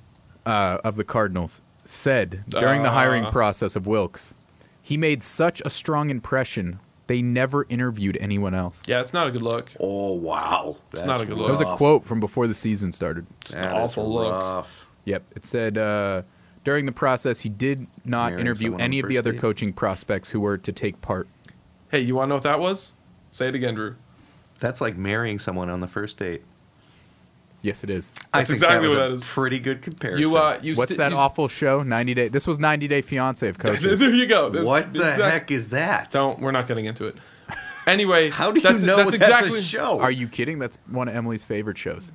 S1: uh, of the Cardinals said during the hiring
S2: Ah.
S3: Uh.
S1: process of Wilkes, he made such a strong impression. They never interviewed anyone else.
S3: Yeah, it's not a good look.
S2: Oh wow, that's
S3: not a good look.
S1: That was a
S2: rough.
S1: quote from before the season started.
S3: It's
S2: That
S3: an
S2: is
S3: awful look.
S2: rough.
S1: Yep. It said uh, during the process, he did not
S2: Marrying
S1: interview
S2: someone on
S1: any
S2: the
S1: of the
S2: first
S1: other
S2: date.
S1: coaching prospects who were to take part.
S3: Hey, you want to know what that was? Say it again, Drew.
S2: That's like marrying someone on the first date.
S1: Yes, it is.
S2: I
S3: That's
S2: think that
S3: exactly
S2: was
S3: what
S2: a
S3: that is.
S2: pretty good comparison.
S3: You uh, you
S1: What's
S3: sti-
S1: that
S3: you-
S1: awful show? 90 Day. This was 90 Day Fiance of coaches.
S3: *laughs* there you go. This-
S2: what the
S3: exact-
S2: heck is that?
S3: Don't. We're not getting into it.
S2: *laughs*
S3: Anyway,
S2: How do you
S3: that's,
S2: know
S3: that's
S2: that's,
S3: exactly
S2: a show?
S1: Are you kidding? That's one of Emily's favorite shows.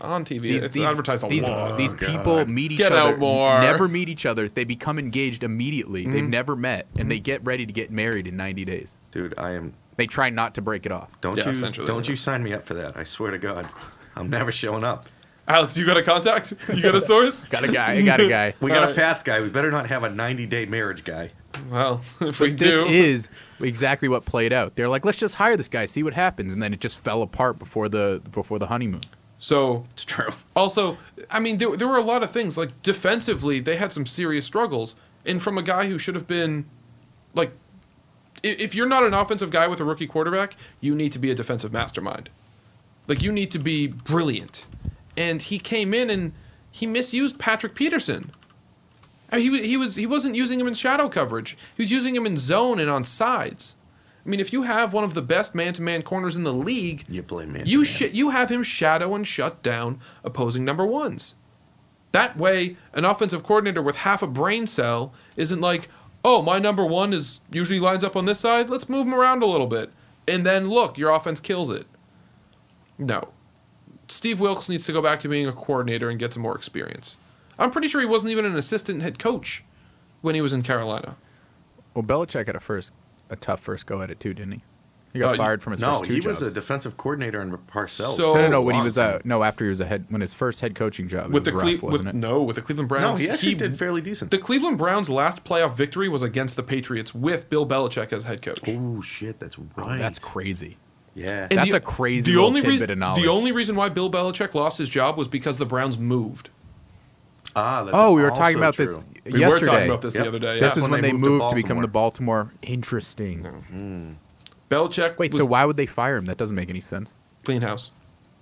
S3: on TV? it's advertised a
S1: these,
S3: lot.
S1: these people meet each
S3: Get out
S1: other,
S3: more. Mm-hmm.
S1: never meet each other. They become engaged immediately. They've never met, and they get ready to get married in 90 days.
S2: Dude, I am.
S1: They try not to break it off.
S2: Don't
S3: Yeah,
S2: you?
S3: essentially,
S2: Don't
S3: yeah.
S2: you sign me up for that? I swear to God, I'm never showing up.
S3: Alex, you got a contact? You got a source?
S1: Got a guy. I got a guy.
S2: We got
S3: All right.
S2: a Pat's guy. We better not have a 90 day marriage guy.
S3: *laughs* Well, if we do,
S1: this is exactly what played out. They're like, let's just hire this guy, see what happens, and then it just fell apart before the before the honeymoon.
S3: so
S2: It's true.
S3: Also, I mean, there, there were a lot of things. Like, defensively, they had some serious struggles. And from a guy who should have been, like, i- if you're not an offensive guy with a rookie quarterback, you need to be a defensive mastermind. Like, you need to be brilliant. And he came in and he misused Patrick Peterson. Uh, I mean, he, wa- he was he wasn't using him in shadow coverage. He was using him in zone and on sides. I mean, if you have one of the best man-to-man corners in the league,
S2: You play man.
S3: you sh- you have him shadow and shut down opposing number ones. That way, an offensive coordinator with half a brain cell isn't like, oh, my number one is usually lines up on this side. Let's move him around a little bit, and then look, your offense kills it. No, Steve Wilkes needs to go back to being a coordinator and get some more experience. I'm pretty sure he wasn't even an assistant head coach when he was in Carolina.
S1: Well, Belichick had a first, a tough first go at it too, didn't he? He got
S3: Uh,
S1: fired from his
S2: No,
S1: first two
S2: he
S1: jobs.
S2: was a defensive coordinator in Parcells.
S3: So-
S1: no, no, no. When he
S2: Wow.
S1: was uh, no after he was a head when his first head coaching job it
S3: Oh, With the
S1: was rough,
S3: Cle-
S1: wasn't
S3: with,
S1: it?
S3: no, with the Cleveland
S2: no,
S3: Browns,
S2: he actually did fairly decent.
S3: The Cleveland Browns' last playoff victory was against the Patriots with Bill Belichick as head coach.
S2: oh shit, that's right.
S1: That's crazy.
S2: yeah.
S3: And
S1: That's
S3: the-
S1: a crazy little tidbit of knowledge.
S3: The only reason why Bill Belichick lost his job was because the Browns moved.
S2: ah, that's
S1: oh, we were
S2: also
S1: talking about
S2: true.
S1: this
S3: We
S1: yesterday.
S3: were talking about this
S2: Yep.
S3: the other day.
S1: This is
S3: yeah.
S2: when
S1: when,
S2: they
S1: they
S2: moved to
S1: moved to, become the Baltimore. Interesting.
S3: Belichick
S1: Wait,
S3: was
S1: so why would they fire him? That doesn't make any sense.
S3: clean house.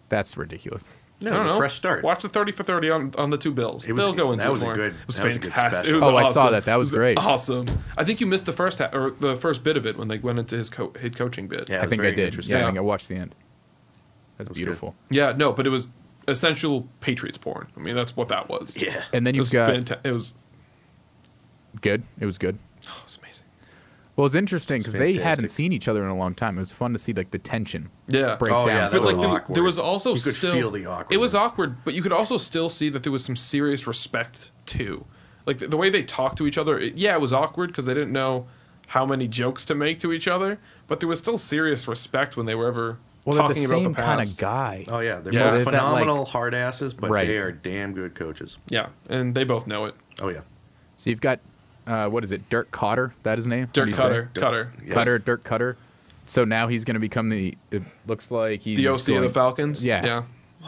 S1: That's ridiculous.
S2: No, it
S3: I don't
S2: was a
S3: know.
S2: fresh start.
S3: Watch the 30 for 30 on, on the two Bills.
S2: It was-
S3: They'll go into
S2: that
S3: it
S2: was a
S3: more.
S2: good-
S3: It was
S2: that was a good
S3: fantastic.
S2: special.
S3: It was
S1: Oh, I saw
S3: awesome.
S1: that. That was
S3: It
S1: great.
S3: Awesome. I think you missed the first ha- or the first bit of it when they went into his co- head coaching bit.
S2: Yeah, it
S1: I
S2: was
S1: think I
S2: very
S1: did.
S2: interesting.
S1: Yeah, I
S3: Yeah.
S1: think I watched the end. That's
S2: was good.
S1: beautiful.
S3: Yeah, no, but it was essential Patriots porn. I mean, that's what that was.
S2: Yeah.
S1: And then
S3: It
S1: you've
S3: was,
S1: got
S3: fanta- it was
S1: good. It was good.
S3: oh, it was amazing.
S1: Well, it's interesting because they hadn't
S2: Fantastic.
S1: seen each other in a long time. It was fun to see like the tension
S3: Yeah.
S1: break
S2: Oh,
S1: down.
S2: yeah, that
S1: so
S3: but
S2: was
S3: like there,
S2: awkward.
S3: there was also
S2: You could
S3: still
S2: feel the
S3: It was
S2: awkwardness.
S3: awkward, but you could also still see that there was some serious respect too. Like the, the way they talked to each other. It, yeah, it was awkward because they didn't know how many jokes to make to each other, but there was still serious respect when they were ever
S1: well, they're the
S3: talking about
S1: same
S3: the
S1: kind
S3: past.
S1: of guy.
S2: Oh yeah, they're both
S3: Yeah.
S1: They're that, like-
S2: phenomenal hard asses, but
S1: Right.
S2: they are damn good coaches.
S3: Yeah, and they both know it.
S2: Oh yeah,
S1: So you've got uh, what is it? Dirk Cotter. That his name. What do
S3: Dirk
S1: you say?
S3: Cutter, Cutter,
S2: Yeah.
S1: Cutter. Dirk Cutter. So now he's going to become the. It looks like he's
S3: the OC of the
S1: going-
S3: Falcons.
S1: Yeah.
S3: yeah.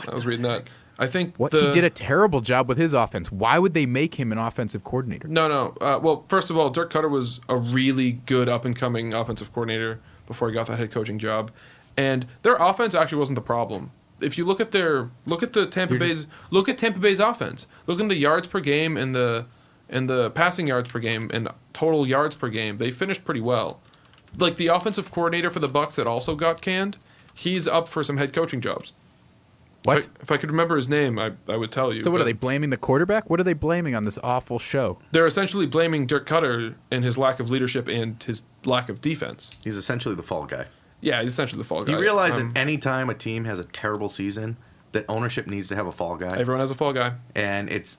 S3: I was reading that. I think
S1: What
S3: the,
S1: he did a terrible job with his offense. Why would they make him an offensive coordinator?
S3: No, no. Uh, well, first of all, Dirk Cutter was a really good up and coming offensive coordinator before he got that head coaching job, and their offense actually wasn't the problem. If you look at their look at the Tampa
S1: You're
S3: Bay's look at Tampa Bay's offense, look at the yards per game and the and the passing yards per game and total yards per game, they finished pretty well. Like the offensive coordinator for the Bucks that also got canned, he's up for some head coaching jobs.
S1: What?
S3: If I, if I could remember his name, I, I would tell you.
S1: so what are
S3: but-
S1: they blaming the quarterback? What are they blaming on this awful show?
S3: they're essentially blaming Dirk Cutter and his lack of leadership and his lack of defense.
S2: he's essentially the fall guy.
S3: Yeah, he's essentially the fall guy.
S2: You realize
S3: Um,
S2: that any time a team has a terrible season, that ownership needs to have a fall guy,
S3: everyone has a fall guy.
S2: and it's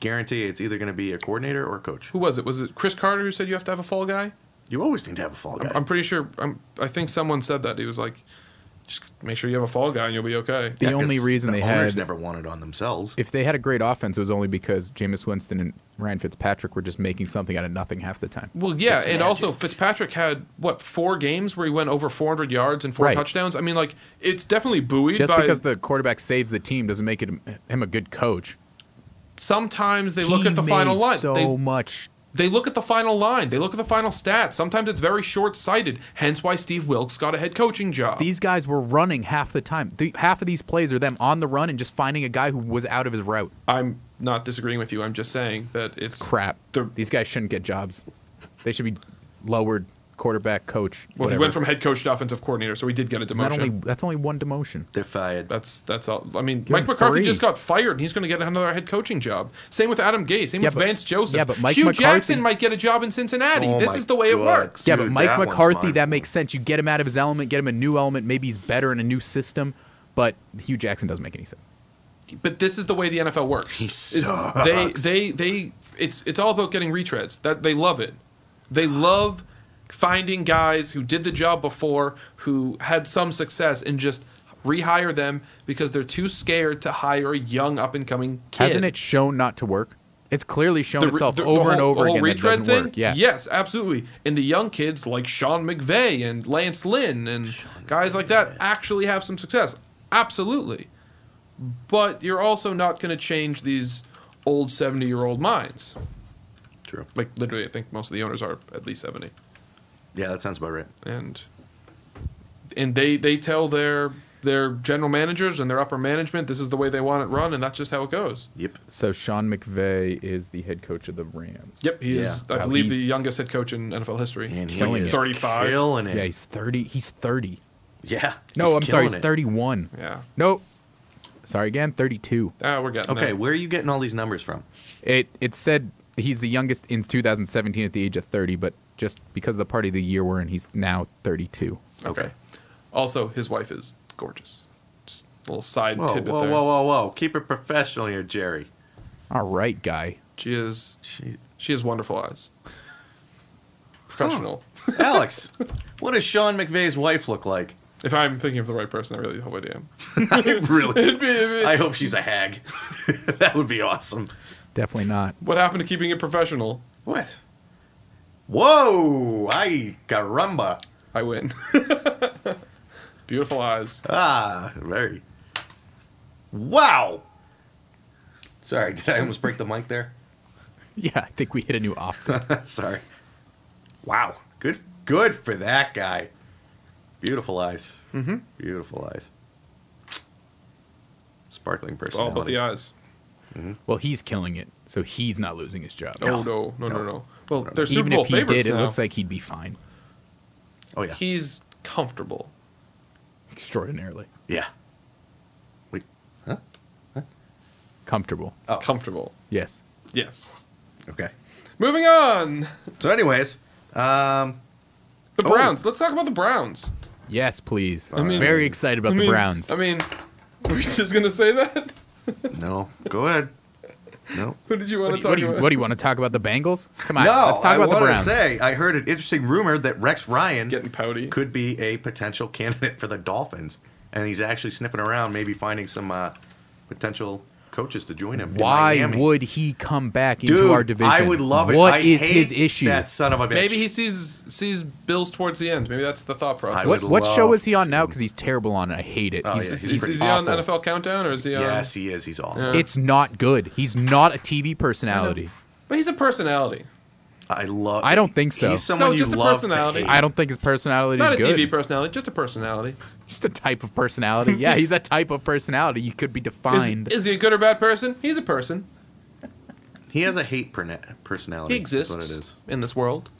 S2: guarantee it's either going to be a coordinator or a coach.
S3: Who was it? Was it Chris Carter who said you have to have a fall guy?
S2: You always need to have a fall guy.
S3: I'm pretty sure. I'm, I think someone said that. He was like, just make sure you have a fall guy and you'll be okay.
S1: The
S2: Yeah, 'cause
S1: only reason
S2: the
S1: they
S2: owners
S1: had-
S2: never wanted on themselves.
S1: If they had a great offense, it was only because Jameis Winston and Ryan Fitzpatrick were just making something out of nothing half the time.
S3: Well, yeah,
S2: That's
S3: and
S2: magic.
S3: also Fitzpatrick had what four games where he went over 400 yards and four
S1: Right.
S3: touchdowns. I mean, like it's definitely buoyed
S1: Just
S3: by
S1: because the quarterback saves the team doesn't make it, him a good coach.
S3: sometimes they look
S1: He
S3: at the final
S1: made
S3: line.
S1: So
S3: They-
S1: much.
S3: They look at the final line. They look at the final stats. Sometimes it's very short-sighted. Hence why Steve Wilkes got a head coaching job.
S1: These guys were running half the time. The, half of these plays are them on the run and just finding a guy who was out of his route.
S3: I'm not disagreeing with you. I'm just saying that it's
S1: Crap.
S3: The-
S1: These guys shouldn't get jobs. They should be lowered quarterback coach.
S3: Well, he
S1: whatever.
S3: went from head coach to offensive coordinator, so he did get a
S1: It's not
S3: demotion.
S1: only that's only one demotion.
S2: They're fired.
S3: that's that's all. I mean,
S1: Give
S3: Mike
S1: him
S3: McCarthy
S1: three.
S3: just got fired, and he's going to get another head coaching job. Same with Adam Gay. Same
S1: Yeah,
S3: with
S1: but-
S3: Vance Joseph.
S1: yeah, but Mike
S3: Hugh
S1: McCarthy-
S3: Jackson might get a job in Cincinnati.
S2: Oh
S3: this
S2: my
S3: is the way it
S2: God.
S3: works.
S1: Yeah,
S2: Dude,
S1: but Mike
S2: that one's
S1: McCarthy, that
S2: mind-blowing.
S1: makes sense. You get him out of his element, get him a new element. Maybe he's better in a new system, but Hugh Jackson doesn't make any sense.
S3: But this is the way the NFL works.
S2: He
S3: Is
S2: sucks.
S3: They they they it's it's all about getting retreads. That they love it. They love finding guys who did the job before, who had some success, and just rehire them because they're too scared to hire a young up and coming kid.
S1: Hasn't it shown not to work? It's clearly shown
S3: The re-
S1: itself
S3: the- the
S1: over and
S3: whole-
S1: over
S3: the whole
S1: again that
S3: retread
S1: doesn't
S3: thing?
S1: work. Yeah.
S3: Yes, absolutely. And the young kids like Sean McVay and Lance Lynn and guys like that actually have some success. Absolutely. But you're also not going to change these old 70 year old minds.
S2: True.
S3: Like, literally, I think most of the owners are at least 70.
S2: Yeah, that sounds about right.
S3: And and they, they tell their their general managers and their upper management. This is the way they want it run, and that's just how it goes.
S2: Yep.
S1: So Sean McVay is the head coach of the Rams.
S3: Yep, he is,
S1: Yeah.
S3: I
S1: Wow,
S3: believe,
S1: he's-
S3: the youngest head coach in NFL history.
S2: And
S3: He's
S2: he
S3: like
S2: is
S3: 35.
S2: killing it.
S1: Yeah, he's thirty. He's thirty.
S2: yeah.
S1: No, I'm sorry, he's
S2: killing it.
S1: thirty-one.
S3: Yeah.
S1: No, sorry again, thirty-two.
S3: Ah, we're getting
S2: Okay,
S3: there.
S2: where are you getting all these numbers from?
S1: It it said he's the youngest in 2017 at the age of 30, but just because of the part of the year we're in, he's now 32.
S3: okay. Also, his wife is gorgeous. Just a little side
S2: Whoa,
S3: tidbit
S2: whoa,
S3: there.
S2: whoa, whoa, whoa! Keep it professional here, Jerry.
S1: All right, guy.
S3: She is
S2: She-
S3: she has wonderful eyes. Professional.
S2: *laughs* Alex, what does Sean McVay's wife look
S1: *laughs*
S2: like? *laughs*
S3: If I'm thinking of the right person, I really hope I am.
S2: I really,
S3: It'd *laughs* be- it'd be-
S2: I hope she's a hag. *laughs* that would be awesome.
S1: Definitely not.
S3: what happened to keeping it professional?
S2: What? Whoa! Ay, caramba!
S3: I win. *laughs* Beautiful eyes.
S2: Ah, very. Wow! Sorry, *laughs* did I almost break the mic there? *laughs*
S1: Yeah, I think we hit a new off.
S2: Sorry. Wow. Good good for that guy. Beautiful eyes.
S3: Mhm.
S2: Beautiful eyes. Sparkling
S3: It's all
S2: personality.
S3: about the eyes.
S1: well, he's killing it, so he's not losing his job.
S3: Oh no, no, no, no. Well, they're Super
S1: Even
S3: Bowl
S1: if he
S3: favorites
S1: did, it
S3: now.
S1: looks like he'd be fine.
S2: oh yeah.
S3: he's comfortable.
S1: Extraordinarily
S2: yeah. Wait. Huh?
S1: comfortable.
S2: Oh.
S3: Comfortable.
S1: Yes.
S3: Yes.
S2: Okay.
S3: Moving on.
S2: So anyways, um
S3: The
S2: Oh.
S3: Browns. Let's talk about the Browns.
S1: Yes, please.
S3: I mean-
S1: very excited about
S3: I mean,
S1: the Browns.
S3: I mean, *laughs* are we just gonna say that? *laughs*
S2: no. Go ahead. No.
S3: Who did you want
S1: what, do you,
S3: to talk
S1: what, do you,
S3: about?
S1: what do you want to talk about? The Bengals? Come on,
S2: No,
S1: let's talk
S2: I
S1: about the
S2: wanna
S1: Browns.
S2: say I heard an interesting rumor that Rex Ryan
S3: *laughs* Getting pouty.
S2: could be a potential candidate for the Dolphins, and he's actually sniffing around, maybe finding some uh, potential coaches to join him. in
S1: Why
S2: Miami.
S1: would he come back into
S2: Dude,
S1: our division?
S2: I would love it.
S1: What
S2: I
S1: is
S2: hate
S1: his issue?
S2: That son of a bitch.
S3: Maybe he sees sees Bills towards the end. Maybe that's the thought process.
S2: I
S1: What
S2: would
S1: what show
S2: love
S1: is he
S2: to
S1: on
S2: see
S1: now?
S2: him.
S1: Because he's terrible on it. I hate it.
S2: Oh,
S1: he's,
S2: yeah, he's
S1: he's
S3: is,
S2: pretty
S3: is he on
S1: awful.
S3: NFL Countdown or is he on?
S2: Yes, he is. He's awful.
S3: Yeah.
S1: It's not good. He's not a TV personality.
S3: But he's a personality,
S2: I love.
S1: I don't think so.
S2: He's someone
S3: No, just
S2: you
S3: a
S2: love
S3: personality.
S2: To hate.
S1: I don't think his personality
S3: not a
S1: is good.
S3: TV personality, just a personality.
S1: Just a type of personality. Yeah, he's a type of personality. You could be
S3: Is,
S1: defined.
S3: is he a good or bad person? He's a person.
S2: He has a hate perna- personality.
S3: He exists
S2: That's what it is.
S3: in this world.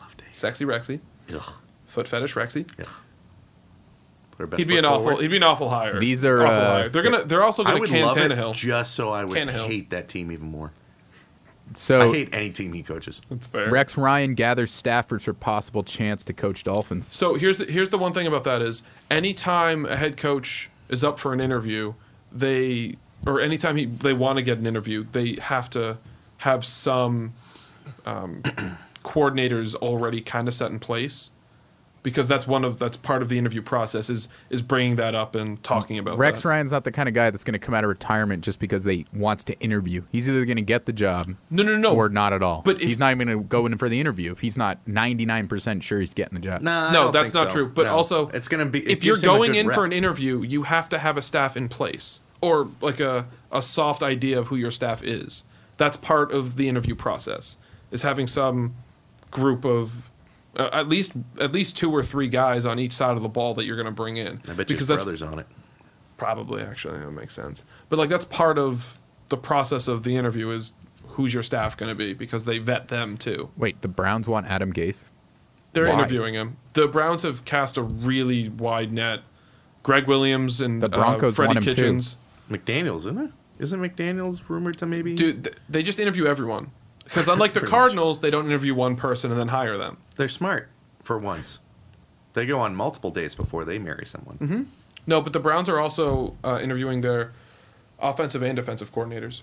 S2: Love to hate.
S3: Sexy Rexy,
S2: Ugh.
S3: foot fetish Rexy.
S2: Ugh. Put our best
S3: He'd be
S2: foot
S3: an awful.
S2: forward.
S3: He'd be an awful hire.
S1: These are,
S3: awful
S1: uh,
S3: hire. They're gonna. They're also
S2: I
S3: gonna
S2: would
S3: can
S2: love
S3: Tannehill.
S2: it just so I would
S3: Tannehill.
S2: hate that team even more. I
S1: so
S2: hate any team he coaches.
S3: That's fair.
S1: Rex Ryan gathers staffers for possible chance to coach Dolphins.
S3: So here's the, here's the one thing about that is anytime a head coach is up for an interview, they or anytime he they want to get an interview, they have to have some um, *coughs* coordinators already kind of set in place because that's one of that's part of the interview process is is bringing that up and talking about
S1: Rex
S3: that.
S1: Ryan's not the kind of guy that's going to come out of retirement just because they wants to interview. He's either going to get the job
S3: No, no, no.
S1: or not at all.
S3: But if-
S1: he's not even going to go in for the interview if he's not 99% sure he's getting the job.
S2: Nah, I
S3: no,
S2: don't
S3: that's
S2: think
S3: not
S2: so.
S3: true. But
S2: No.
S3: also,
S2: it's gonna be it
S3: if you're
S2: gives him a
S3: going
S2: good
S3: in for
S2: rep.
S3: an interview, you have to have a staff in place or like a, a soft idea of who your staff is. That's part of the interview process is having some group of uh, at least at least two or three guys on each side of the ball that you're going to bring in.
S2: I bet you
S3: because
S2: his
S3: that's
S2: brother's on it.
S3: probably actually that makes sense. But like that's part of the process of the interview is who's your staff going to be because they vet them too.
S1: Wait, the Browns want Adam Gase?
S3: They're
S1: Why?
S3: interviewing him. The Browns have cast a really wide net. Greg Williams and
S1: The Broncos
S3: uh, Freddie
S1: want him too.
S3: Kitchens.
S2: McDaniels, isn't it? Isn't McDaniels rumored to maybe?
S3: Dude, th- they just interview everyone. Because unlike
S1: *laughs*
S3: the
S2: Pretty much.
S3: Cardinals, they don't interview one person and then hire them.
S2: They're smart for once. They go on multiple dates before they marry someone.
S3: Mm-hmm. No, but the Browns are also uh, interviewing their offensive and defensive coordinators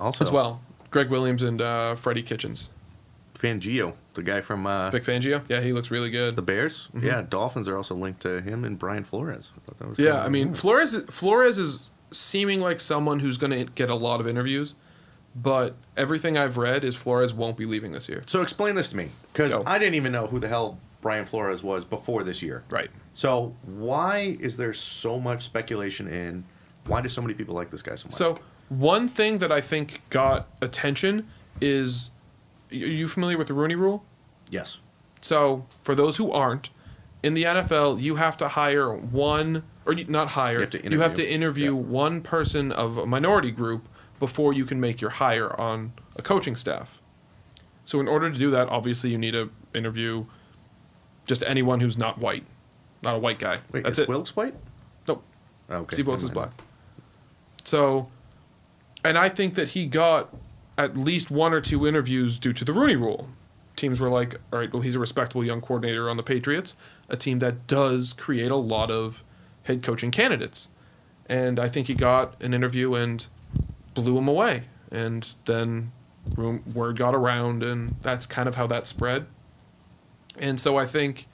S2: Also,
S1: Oh.
S3: as well. Greg Williams and uh, Freddie Kitchens.
S2: Fangio, the guy from uh,
S3: Vic Fangio, yeah, he looks really good.
S2: the Bears.
S3: Mm-hmm.
S2: Yeah, Dolphins are also linked to him and Brian Flores. I thought that was
S3: yeah,
S2: kinda
S3: I mean
S2: weird.
S3: Flores. Flores is seeming like someone who's going to get a lot of interviews, but everything I've read is Flores won't be leaving this year.
S2: so explain this to me because
S3: Go.
S2: I didn't even know who the hell Brian Flores was before this year.
S3: Right.
S2: So why is there so much speculation in? Why do so many people like this guy so much?
S3: So one thing that I think got attention is, are you familiar with the Rooney Rule?
S2: yes,
S3: So, for those who aren't, in the NFL, you have to hire one or you- not hire.
S2: You have to
S3: You have
S2: interview.
S3: to interview
S2: Yeah.
S3: one person of a minority group before you can make your hire on a coaching staff. So in order to do that, obviously you need to interview just anyone who's not white, not a white guy.
S2: Wait,
S3: That's
S2: is
S3: it.
S2: Wilkes white?
S3: Nope.
S2: Ah, Okay.
S3: Steve Wilkes is
S2: never
S3: black.
S2: mind.
S3: So, and I think that he got at least one or two interviews due to the Rooney Rule. Teams were like, all right, well, he's a respectable young coordinator on the Patriots, a team that does create a lot of head coaching candidates. And I think he got an interview and blew him away. And then room, word got around, and that's kind of how that spread. And so I think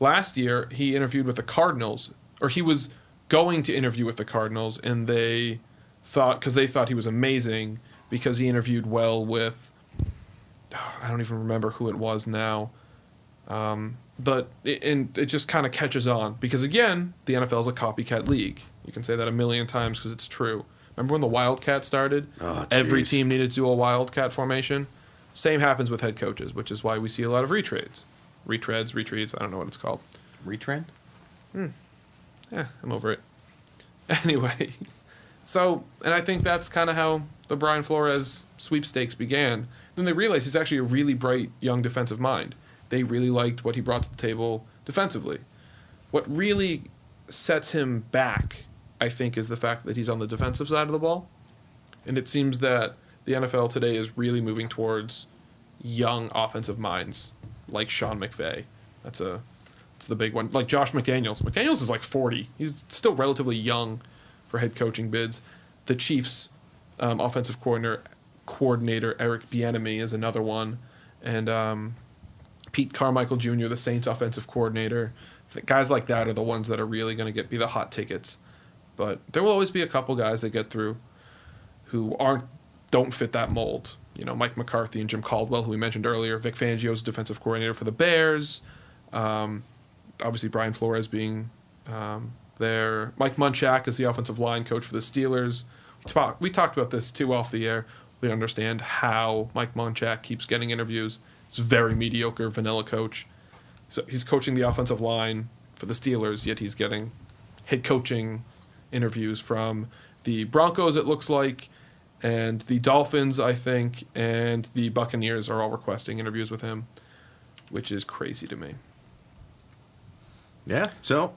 S3: last year he interviewed with the Cardinals, or he was going to interview with the Cardinals, and they thought because they thought he was amazing because he interviewed well with I don't even remember who it was now, um, but it, and it just kind of catches on because again the NFL is a copycat league. You can say that a million times because it's true. Remember when the Wildcat started?
S2: Oh,
S3: Every
S2: jeez.
S3: team needed to do a Wildcat formation. Same happens with head coaches, which is why we see a lot of retrades, retreads, retreats. I don't know what it's called.
S2: Retrend?
S3: Yeah, Eh, I'm over it. *laughs* Anyway, so and I think that's kind of how the Brian Flores sweepstakes began. Then they realized he's actually a really bright young defensive mind. They really liked what he brought to the table defensively. What really sets him back, I think, is the fact that he's on the defensive side of the ball. And it seems that the NFL today is really moving towards young offensive minds like Sean McVay. That's a it's the big one. Like Josh McDaniels. McDaniels is like 40. He's still relatively young for head coaching bids. The Chiefs um, offensive coordinator coordinator Eric Bieniemy is another one, and um, Pete Carmichael Jr. the Saints offensive coordinator. Th- Guys like that are the ones that are really going to get be the hot tickets. But there will always be a couple guys that get through who aren't don't fit that mold. You know, Mike McCarthy and Jim Caldwell, who we mentioned earlier. Vic Fangio's defensive coordinator for the Bears. Um, obviously, Brian Flores being um, there. Mike Munchak is the offensive line coach for the Steelers. We, talk, we talked about this too off the air. We understand how Mike Munchak keeps getting interviews. He's a very mediocre, vanilla coach. So he's coaching the offensive line for the Steelers, yet he's getting head coaching interviews from the Broncos, it looks like, and the Dolphins, I think, and the Buccaneers are all requesting interviews with him, which is crazy to me.
S2: Yeah. So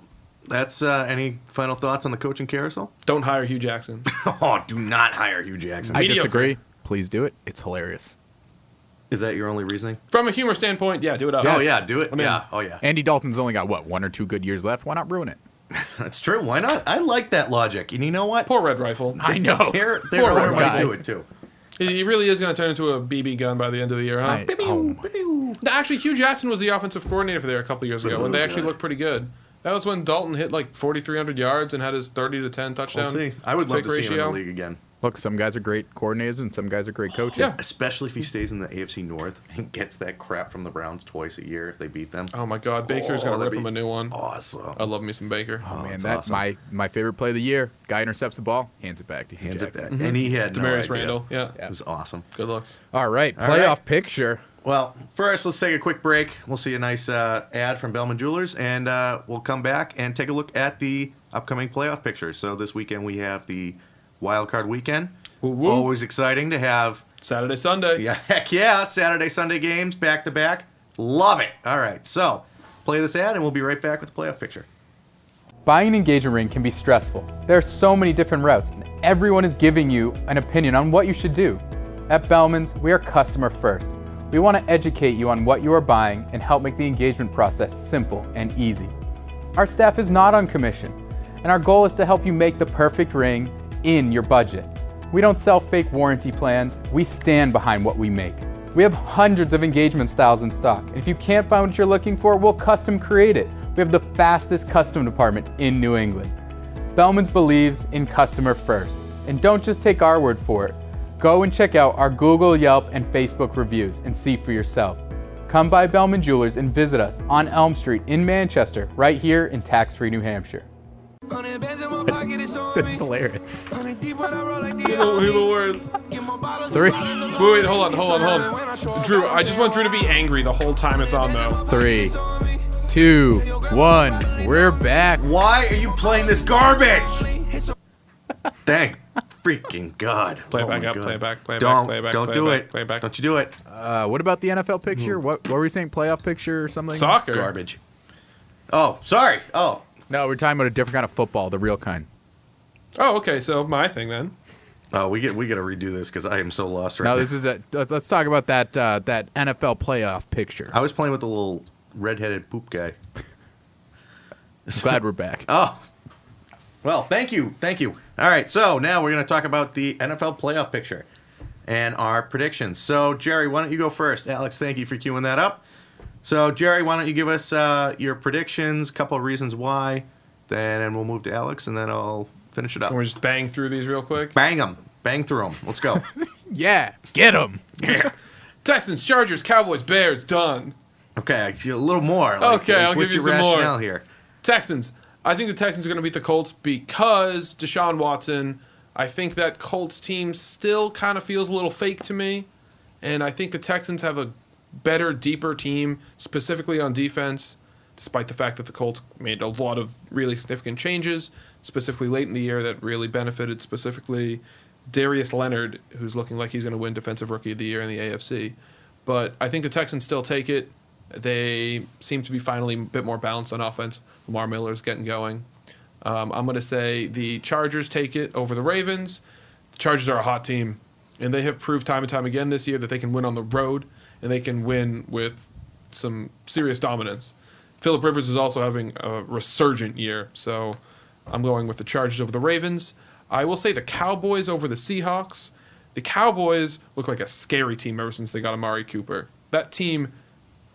S2: that's uh, any final thoughts on the coaching carousel?
S3: Don't hire Hugh Jackson.
S2: *laughs* oh, do not hire Hugh Jackson.
S1: I
S3: Mediocre.
S1: disagree. Please do it. It's hilarious.
S2: Is that your only reasoning?
S3: From a humor standpoint, yeah, do it up.
S2: oh yeah, do it.
S3: I mean,
S2: yeah. Oh yeah.
S1: Andy Dalton's only got what one or two good years left. Why not ruin it?
S2: That's true. Why not? I like that logic. And you know what?
S3: Poor Red Rifle.
S1: I know.
S3: *laughs*
S2: They're, they're
S3: Poor
S2: other way
S1: guy.
S2: to do it too.
S3: He he really is going to turn into a BB gun by the end of the year, huh?
S1: I- oh my-
S3: No, Actually, Hugh Jackson was the offensive coordinator for there a couple years ago, and they actually looked pretty good. That was when Dalton hit like 4,300 yards and had his 30 to 10 touchdown.
S2: We'll see. I would love
S3: pick
S2: to see him in the
S3: ratio.
S2: league again.
S1: Look, some guys are great coordinators and some guys are great coaches.
S3: Yeah.
S2: Especially if he stays in the AFC North and gets that crap from the Browns twice a year if they beat them.
S3: Oh my God, Baker's
S2: Oh,
S3: going to
S2: that'd
S3: rip him
S2: be
S3: a new one.
S2: Awesome.
S3: I love me some Baker.
S1: Oh, man,
S2: that's
S1: that's
S2: awesome.
S1: my my favorite play of the year. Guy intercepts the ball, hands it back to Hugh
S2: Hands it
S1: Jackson. Mm-hmm.
S2: back. And he had no
S3: Demarius
S2: idea.
S3: Randall. Yeah.
S2: It was awesome.
S3: Good looks.
S1: All right,
S2: All
S1: playoff
S2: right.
S1: picture.
S2: Well, first, let's take a quick break. We'll see a nice uh, ad from Bellman Jewelers, and uh, we'll come back and take a look at the upcoming playoff picture. So this weekend we have the wild card weekend.
S3: Woo woo.
S2: Always exciting to have.
S3: Saturday, Sunday.
S2: Yeah, *laughs* heck yeah! Saturday, Sunday games back to back. Love it. All right, so play this ad, and we'll be right back with the playoff picture.
S7: Buying an engagement ring can be stressful. There are so many different routes, and everyone is giving you an opinion on what you should do. At Bellman's, we are customer first. We want to educate you on what you are buying and help make the engagement process simple and easy. Our staff is not on commission, and our goal is to help you make the perfect ring in your budget. We don't sell fake warranty plans, we stand behind what we make. We have hundreds of engagement styles in stock, and if you can't find what you're looking for, we'll custom create it. We have the fastest custom department in New England. Bellman's believes in customer first, and don't just take our word for it. Go and check out our Google, Yelp, and Facebook reviews and see for yourself. Come by Bellman Jewelers and visit us on Elm Street in Manchester, right here in tax free New Hampshire.
S8: Hundred bands in my pocket, it's on
S1: *laughs* This is
S8: me.
S1: hilarious.
S8: Hundred deep when I roll like the
S3: Hear the, hear the
S8: army.
S3: words.
S8: Get my bottles,
S1: Three.
S8: bottles of
S3: Wait,
S8: wine.
S3: wait, hold on, hold on, hold on. Drew, I just want Drew to be angry the whole time it's on, though.
S1: Three,
S8: It's on me.
S1: two, one. We're back.
S2: Why are you playing this garbage? Thank freaking God. Oh
S3: Play it back
S2: my
S3: up, play it back, play it back,
S2: don't,
S3: play it back,
S2: Don't
S3: play it
S2: do
S3: back,
S2: it.
S3: play it back.
S2: Don't you do it.
S1: Uh, what about the NFL
S7: Hmm.
S1: picture? What, what were we saying? Playoff picture or something?
S3: Soccer.
S2: Garbage. Oh, sorry. Oh,
S1: No, we're talking about a different kind of football, the real kind.
S3: Oh, okay. So my thing then.
S2: oh, we get we got to redo this because I am so lost right
S1: No,
S2: now.
S1: this is a. let- Let's talk about that uh, that NFL playoff picture.
S2: I was playing with the little redheaded poop guy.
S1: Glad we're back.
S2: Oh. Well, thank you. Thank you. All right. So now we're going to talk about the NFL playoff picture and our predictions. So, Jerry, why don't you go first? Alex, thank you for queuing that up. So, Jerry, why don't you give us uh, your predictions, couple of reasons why, then we'll move to Alex and then I'll finish it up.
S3: Can we just bang through these real quick?
S2: Bang them. Bang through them. Let's
S3: *laughs*
S2: go.
S1: Yeah, get him.
S3: Texans, Chargers, Cowboys, Bears. Done.
S2: okay. A little more.
S3: Okay, I'll
S2: what's
S3: give you
S2: your
S3: some more.
S2: rationale here?
S3: Texans. I think the Texans are going to beat the Colts because Deshaun Watson. I think that Colts team still kind of feels a little fake to me, and I think the Texans have a better, deeper team, specifically on defense. Despite the fact that the Colts made a lot of really significant changes, specifically late in the year, that really benefited specifically Darius Leonard, who's looking like he's going to win Defensive Rookie of the Year in the AFC. But I think the Texans still take it. They seem to be finally a bit more balanced on offense. Lamar Miller's getting going. Um, I'm going to say the Chargers take it over the Ravens. The Chargers are a hot team, and they have proved time and time again this year that they can win on the road and they can win with some serious dominance. Philip Rivers is also having a resurgent year, so I'm going with the Chargers over the Ravens. I will say the Cowboys over the Seahawks. The Cowboys look like a scary team ever since they got Amari Cooper. That team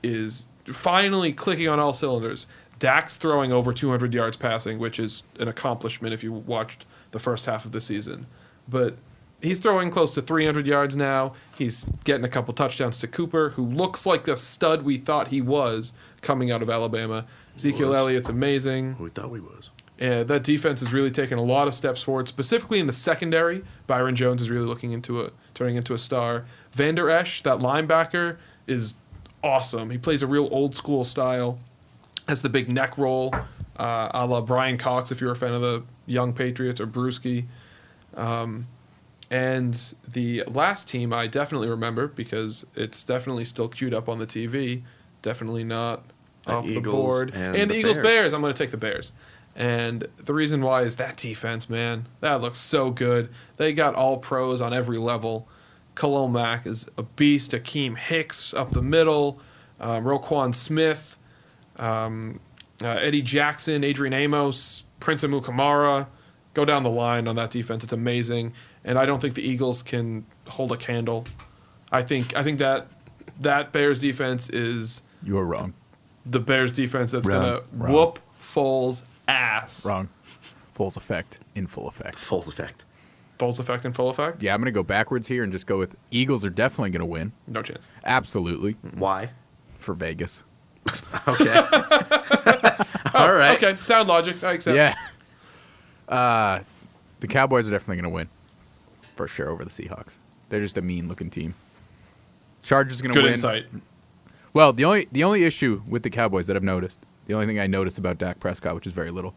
S3: is finally clicking on all cylinders. Dax throwing over 200 yards passing, which is an accomplishment if you watched the first half of the season. But he's throwing close to 300 yards now. He's getting a couple touchdowns to Cooper, who looks like the stud we thought he was coming out of Alabama. Ezekiel
S2: Was.
S3: Elliott's amazing.
S2: We thought we was.
S3: Yeah, Uh, that defense has really taken a lot of steps forward, specifically in the secondary. Byron Jones is really looking into a turning into a star. Vander Esch, that linebacker, is awesome. He plays a real old school style, has the big neck roll, uh, a la Brian Cox, if you're a fan of the Young Patriots or Brewski. Um, And the last team I definitely remember because it's definitely still queued up on the TV. Definitely not
S2: The
S3: off the
S2: Eagles
S3: board.
S2: and
S3: And,
S2: the
S3: the, Eagles
S2: Bears.
S3: Bears. I'm going to take the Bears. And the reason why is that defense, man. That looks so good. They got all pros on every level. Khalil Mack is a beast. Akeem Hicks up the middle. Um, Roquan Smith uh, Eddie Jackson, Adrian Amos, Prince Amukamara. Go down the line on that defense. It's amazing, and I don't think the Eagles can hold a candle. I think I think that that Bears defense is
S1: You are wrong.
S3: the Bears defense that's
S2: Wrong.
S3: gonna
S1: Wrong.
S3: whoop Foles' ass.
S1: Wrong. Foles effect in full effect.
S2: Full effect.
S3: Foles effect in full effect.
S1: Yeah, I'm gonna go backwards here and just go with Eagles are definitely gonna win.
S3: No chance.
S1: Absolutely
S3: *laughs*
S2: Why?
S1: for Vegas.
S2: Okay. *laughs* All right.
S3: Oh, Okay, sound logic. I accept.
S1: Yeah. Uh, the Cowboys are definitely gonna win for sure over the Seahawks. They're just a mean looking team. Chargers gonna
S3: Good
S1: win.
S3: insight.
S1: Well, the only the only issue with the Cowboys that I've noticed, the only thing I noticed about Dak Prescott, which is very little,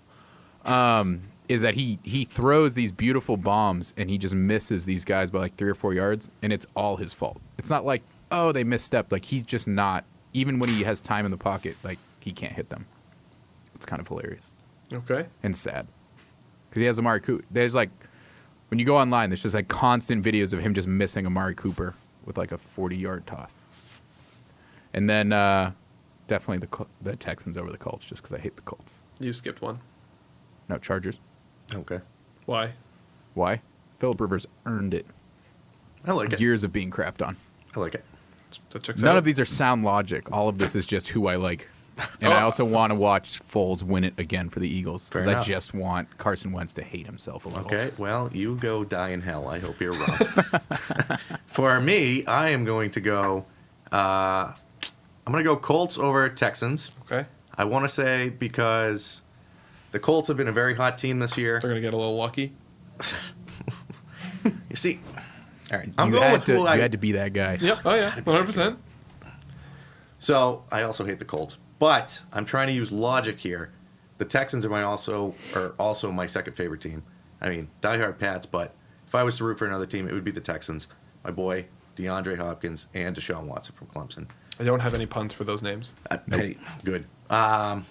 S1: um, is that he he throws these beautiful bombs and he just misses these guys by like three or four yards, and it's all his fault. It's not like oh they misstepped, like he's just not even when he has time in the pocket, like he can't hit them. It's kind of hilarious
S3: Okay.
S1: and sad because he has Amari Cooper. There's like when you go online, there's just like constant videos of him just missing Amari Cooper with like a 40 yard toss. And then uh, definitely the Col- the Texans over the Colts just because I hate the Colts.
S3: You skipped one.
S1: No Chargers.
S2: Okay.
S3: Why?
S1: Why? Philip Rivers earned it.
S2: I like it.
S1: Years of being crapped on.
S2: I like it.
S3: That checks
S1: None
S3: out.
S1: of these are sound logic. All of this is just who I
S2: *laughs*
S1: like. And I
S3: Oh.
S1: also want to watch Foles win it again for the Eagles because
S2: Fair
S1: I
S2: enough.
S1: just want Carson Wentz to hate himself a little.
S2: Okay, well, you go die in hell. I hope you're wrong. *laughs* For me, I am going to go. Uh, I'm going to go Colts over Texans.
S3: Okay.
S2: I want to say because the Colts have been a very hot team this year.
S3: They're gonna get a little lucky.
S2: You see, all right, I'm
S1: I'm you,
S2: going
S1: had
S2: with
S1: to,
S2: who
S1: you *laughs*
S2: I.
S1: had to be that guy.
S3: Yep. Oh yeah. 100. percent
S2: So I also hate the Colts, But I'm trying to use logic here. The Texans are my also are also my second favorite team. I mean, diehard Pats, but if I was to root for another team, it would be the Texans. My boy DeAndre Hopkins and Deshaun Watson from Clemson.
S3: I don't have any puns for those names.
S2: Uh, hey, good. Um,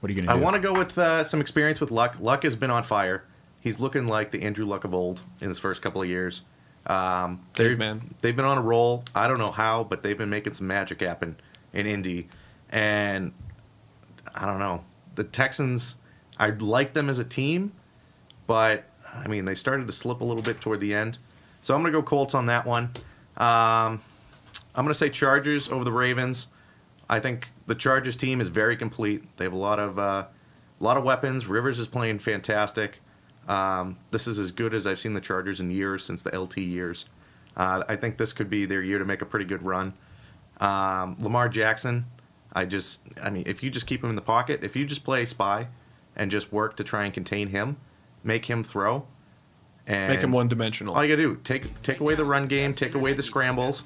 S1: What are you gonna
S2: I
S1: do?
S2: want to go with uh, some experience with Luck. Luck has been on fire. He's looking like the Andrew Luck of old in his first couple of years. Um, they're-
S3: Caveman.
S2: They've been on a roll. I don't know how, but they've been making some magic happen in Indy. And I don't know. The Texans, I like them as a team, but I mean, they started to slip a little bit toward the end. So I'm going to go Colts on that one. Um, I'm going to say Chargers over the Ravens. I think the Chargers team is very complete. They have a lot of uh, a lot of weapons. Rivers is playing fantastic. Um, this is as good as I've seen the Chargers in years since the LT years. Uh, I think this could be their year to make a pretty good run. Um, Lamar Jackson, I just, I mean, if you just keep him in the pocket, if you just play spy and just work to try and contain him, make him throw, and
S3: Make him one dimensional.
S2: all you gotta do take take away the run game, take away the scrambles,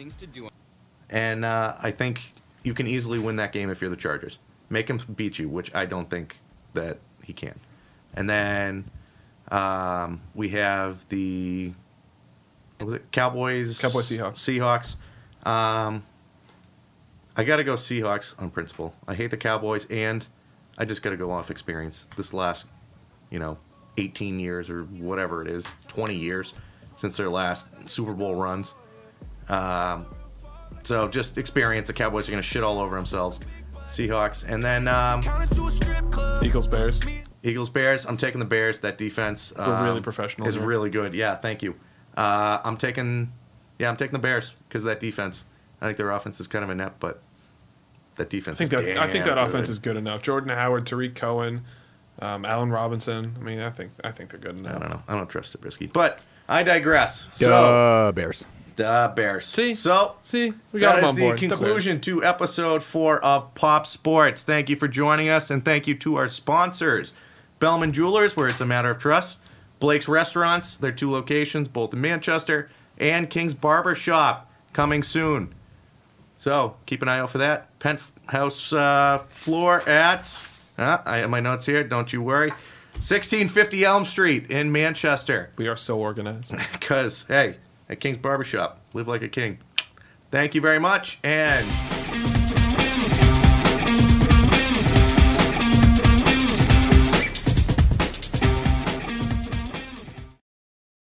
S2: and uh, I think you can easily win that game if you're the Chargers. Make him beat you, which I don't think that he can. And then um, we have the what was it Cowboys?
S3: Cowboys, Seahawks.
S2: Seahawks. Um, I gotta go Seahawks on principle. I hate the Cowboys, and I just gotta go off experience. This last, you know, 18 years or whatever it is, 20 years since their last Super Bowl runs. Um, so just experience. The Cowboys are gonna shit all over themselves. Seahawks, and then um,
S3: Eagles, Bears.
S2: Eagles, Bears. I'm taking the Bears. That defense um,
S3: really professional
S2: Is
S3: here.
S2: really good. Yeah, thank you. Uh, I'm taking, yeah, I'm taking the Bears because of that defense. I think their offense is kind of inept, but that defense.
S3: I think
S2: is
S3: that I think
S2: damn
S3: that offense
S2: good.
S3: is good enough. Jordan Howard, Tariq Cohen, um, Allen Robinson. I mean, I think I think they're good
S2: I
S3: enough.
S2: don't know. I don't trust Trubisky, but I digress. So,
S1: Duh, Bears.
S2: duh, Bears.
S3: See?
S2: so
S3: See, we got
S2: that
S3: him
S2: is
S3: on
S2: the
S3: board.
S2: conclusion to episode four of Pop Sports. Thank you for joining us, and thank you to our sponsors, Bellman Jewelers, where it's a matter of trust, Blake's Restaurants, their two locations, both in Manchester, and King's Barber Shop, coming soon. So keep an eye out for that penthouse uh, floor at. Uh, I have my notes here. Don't you worry. 1650 Elm Street in Manchester
S3: we are so organized.
S2: because hey, at King's Barbershop, live like a king. Thank you very much, and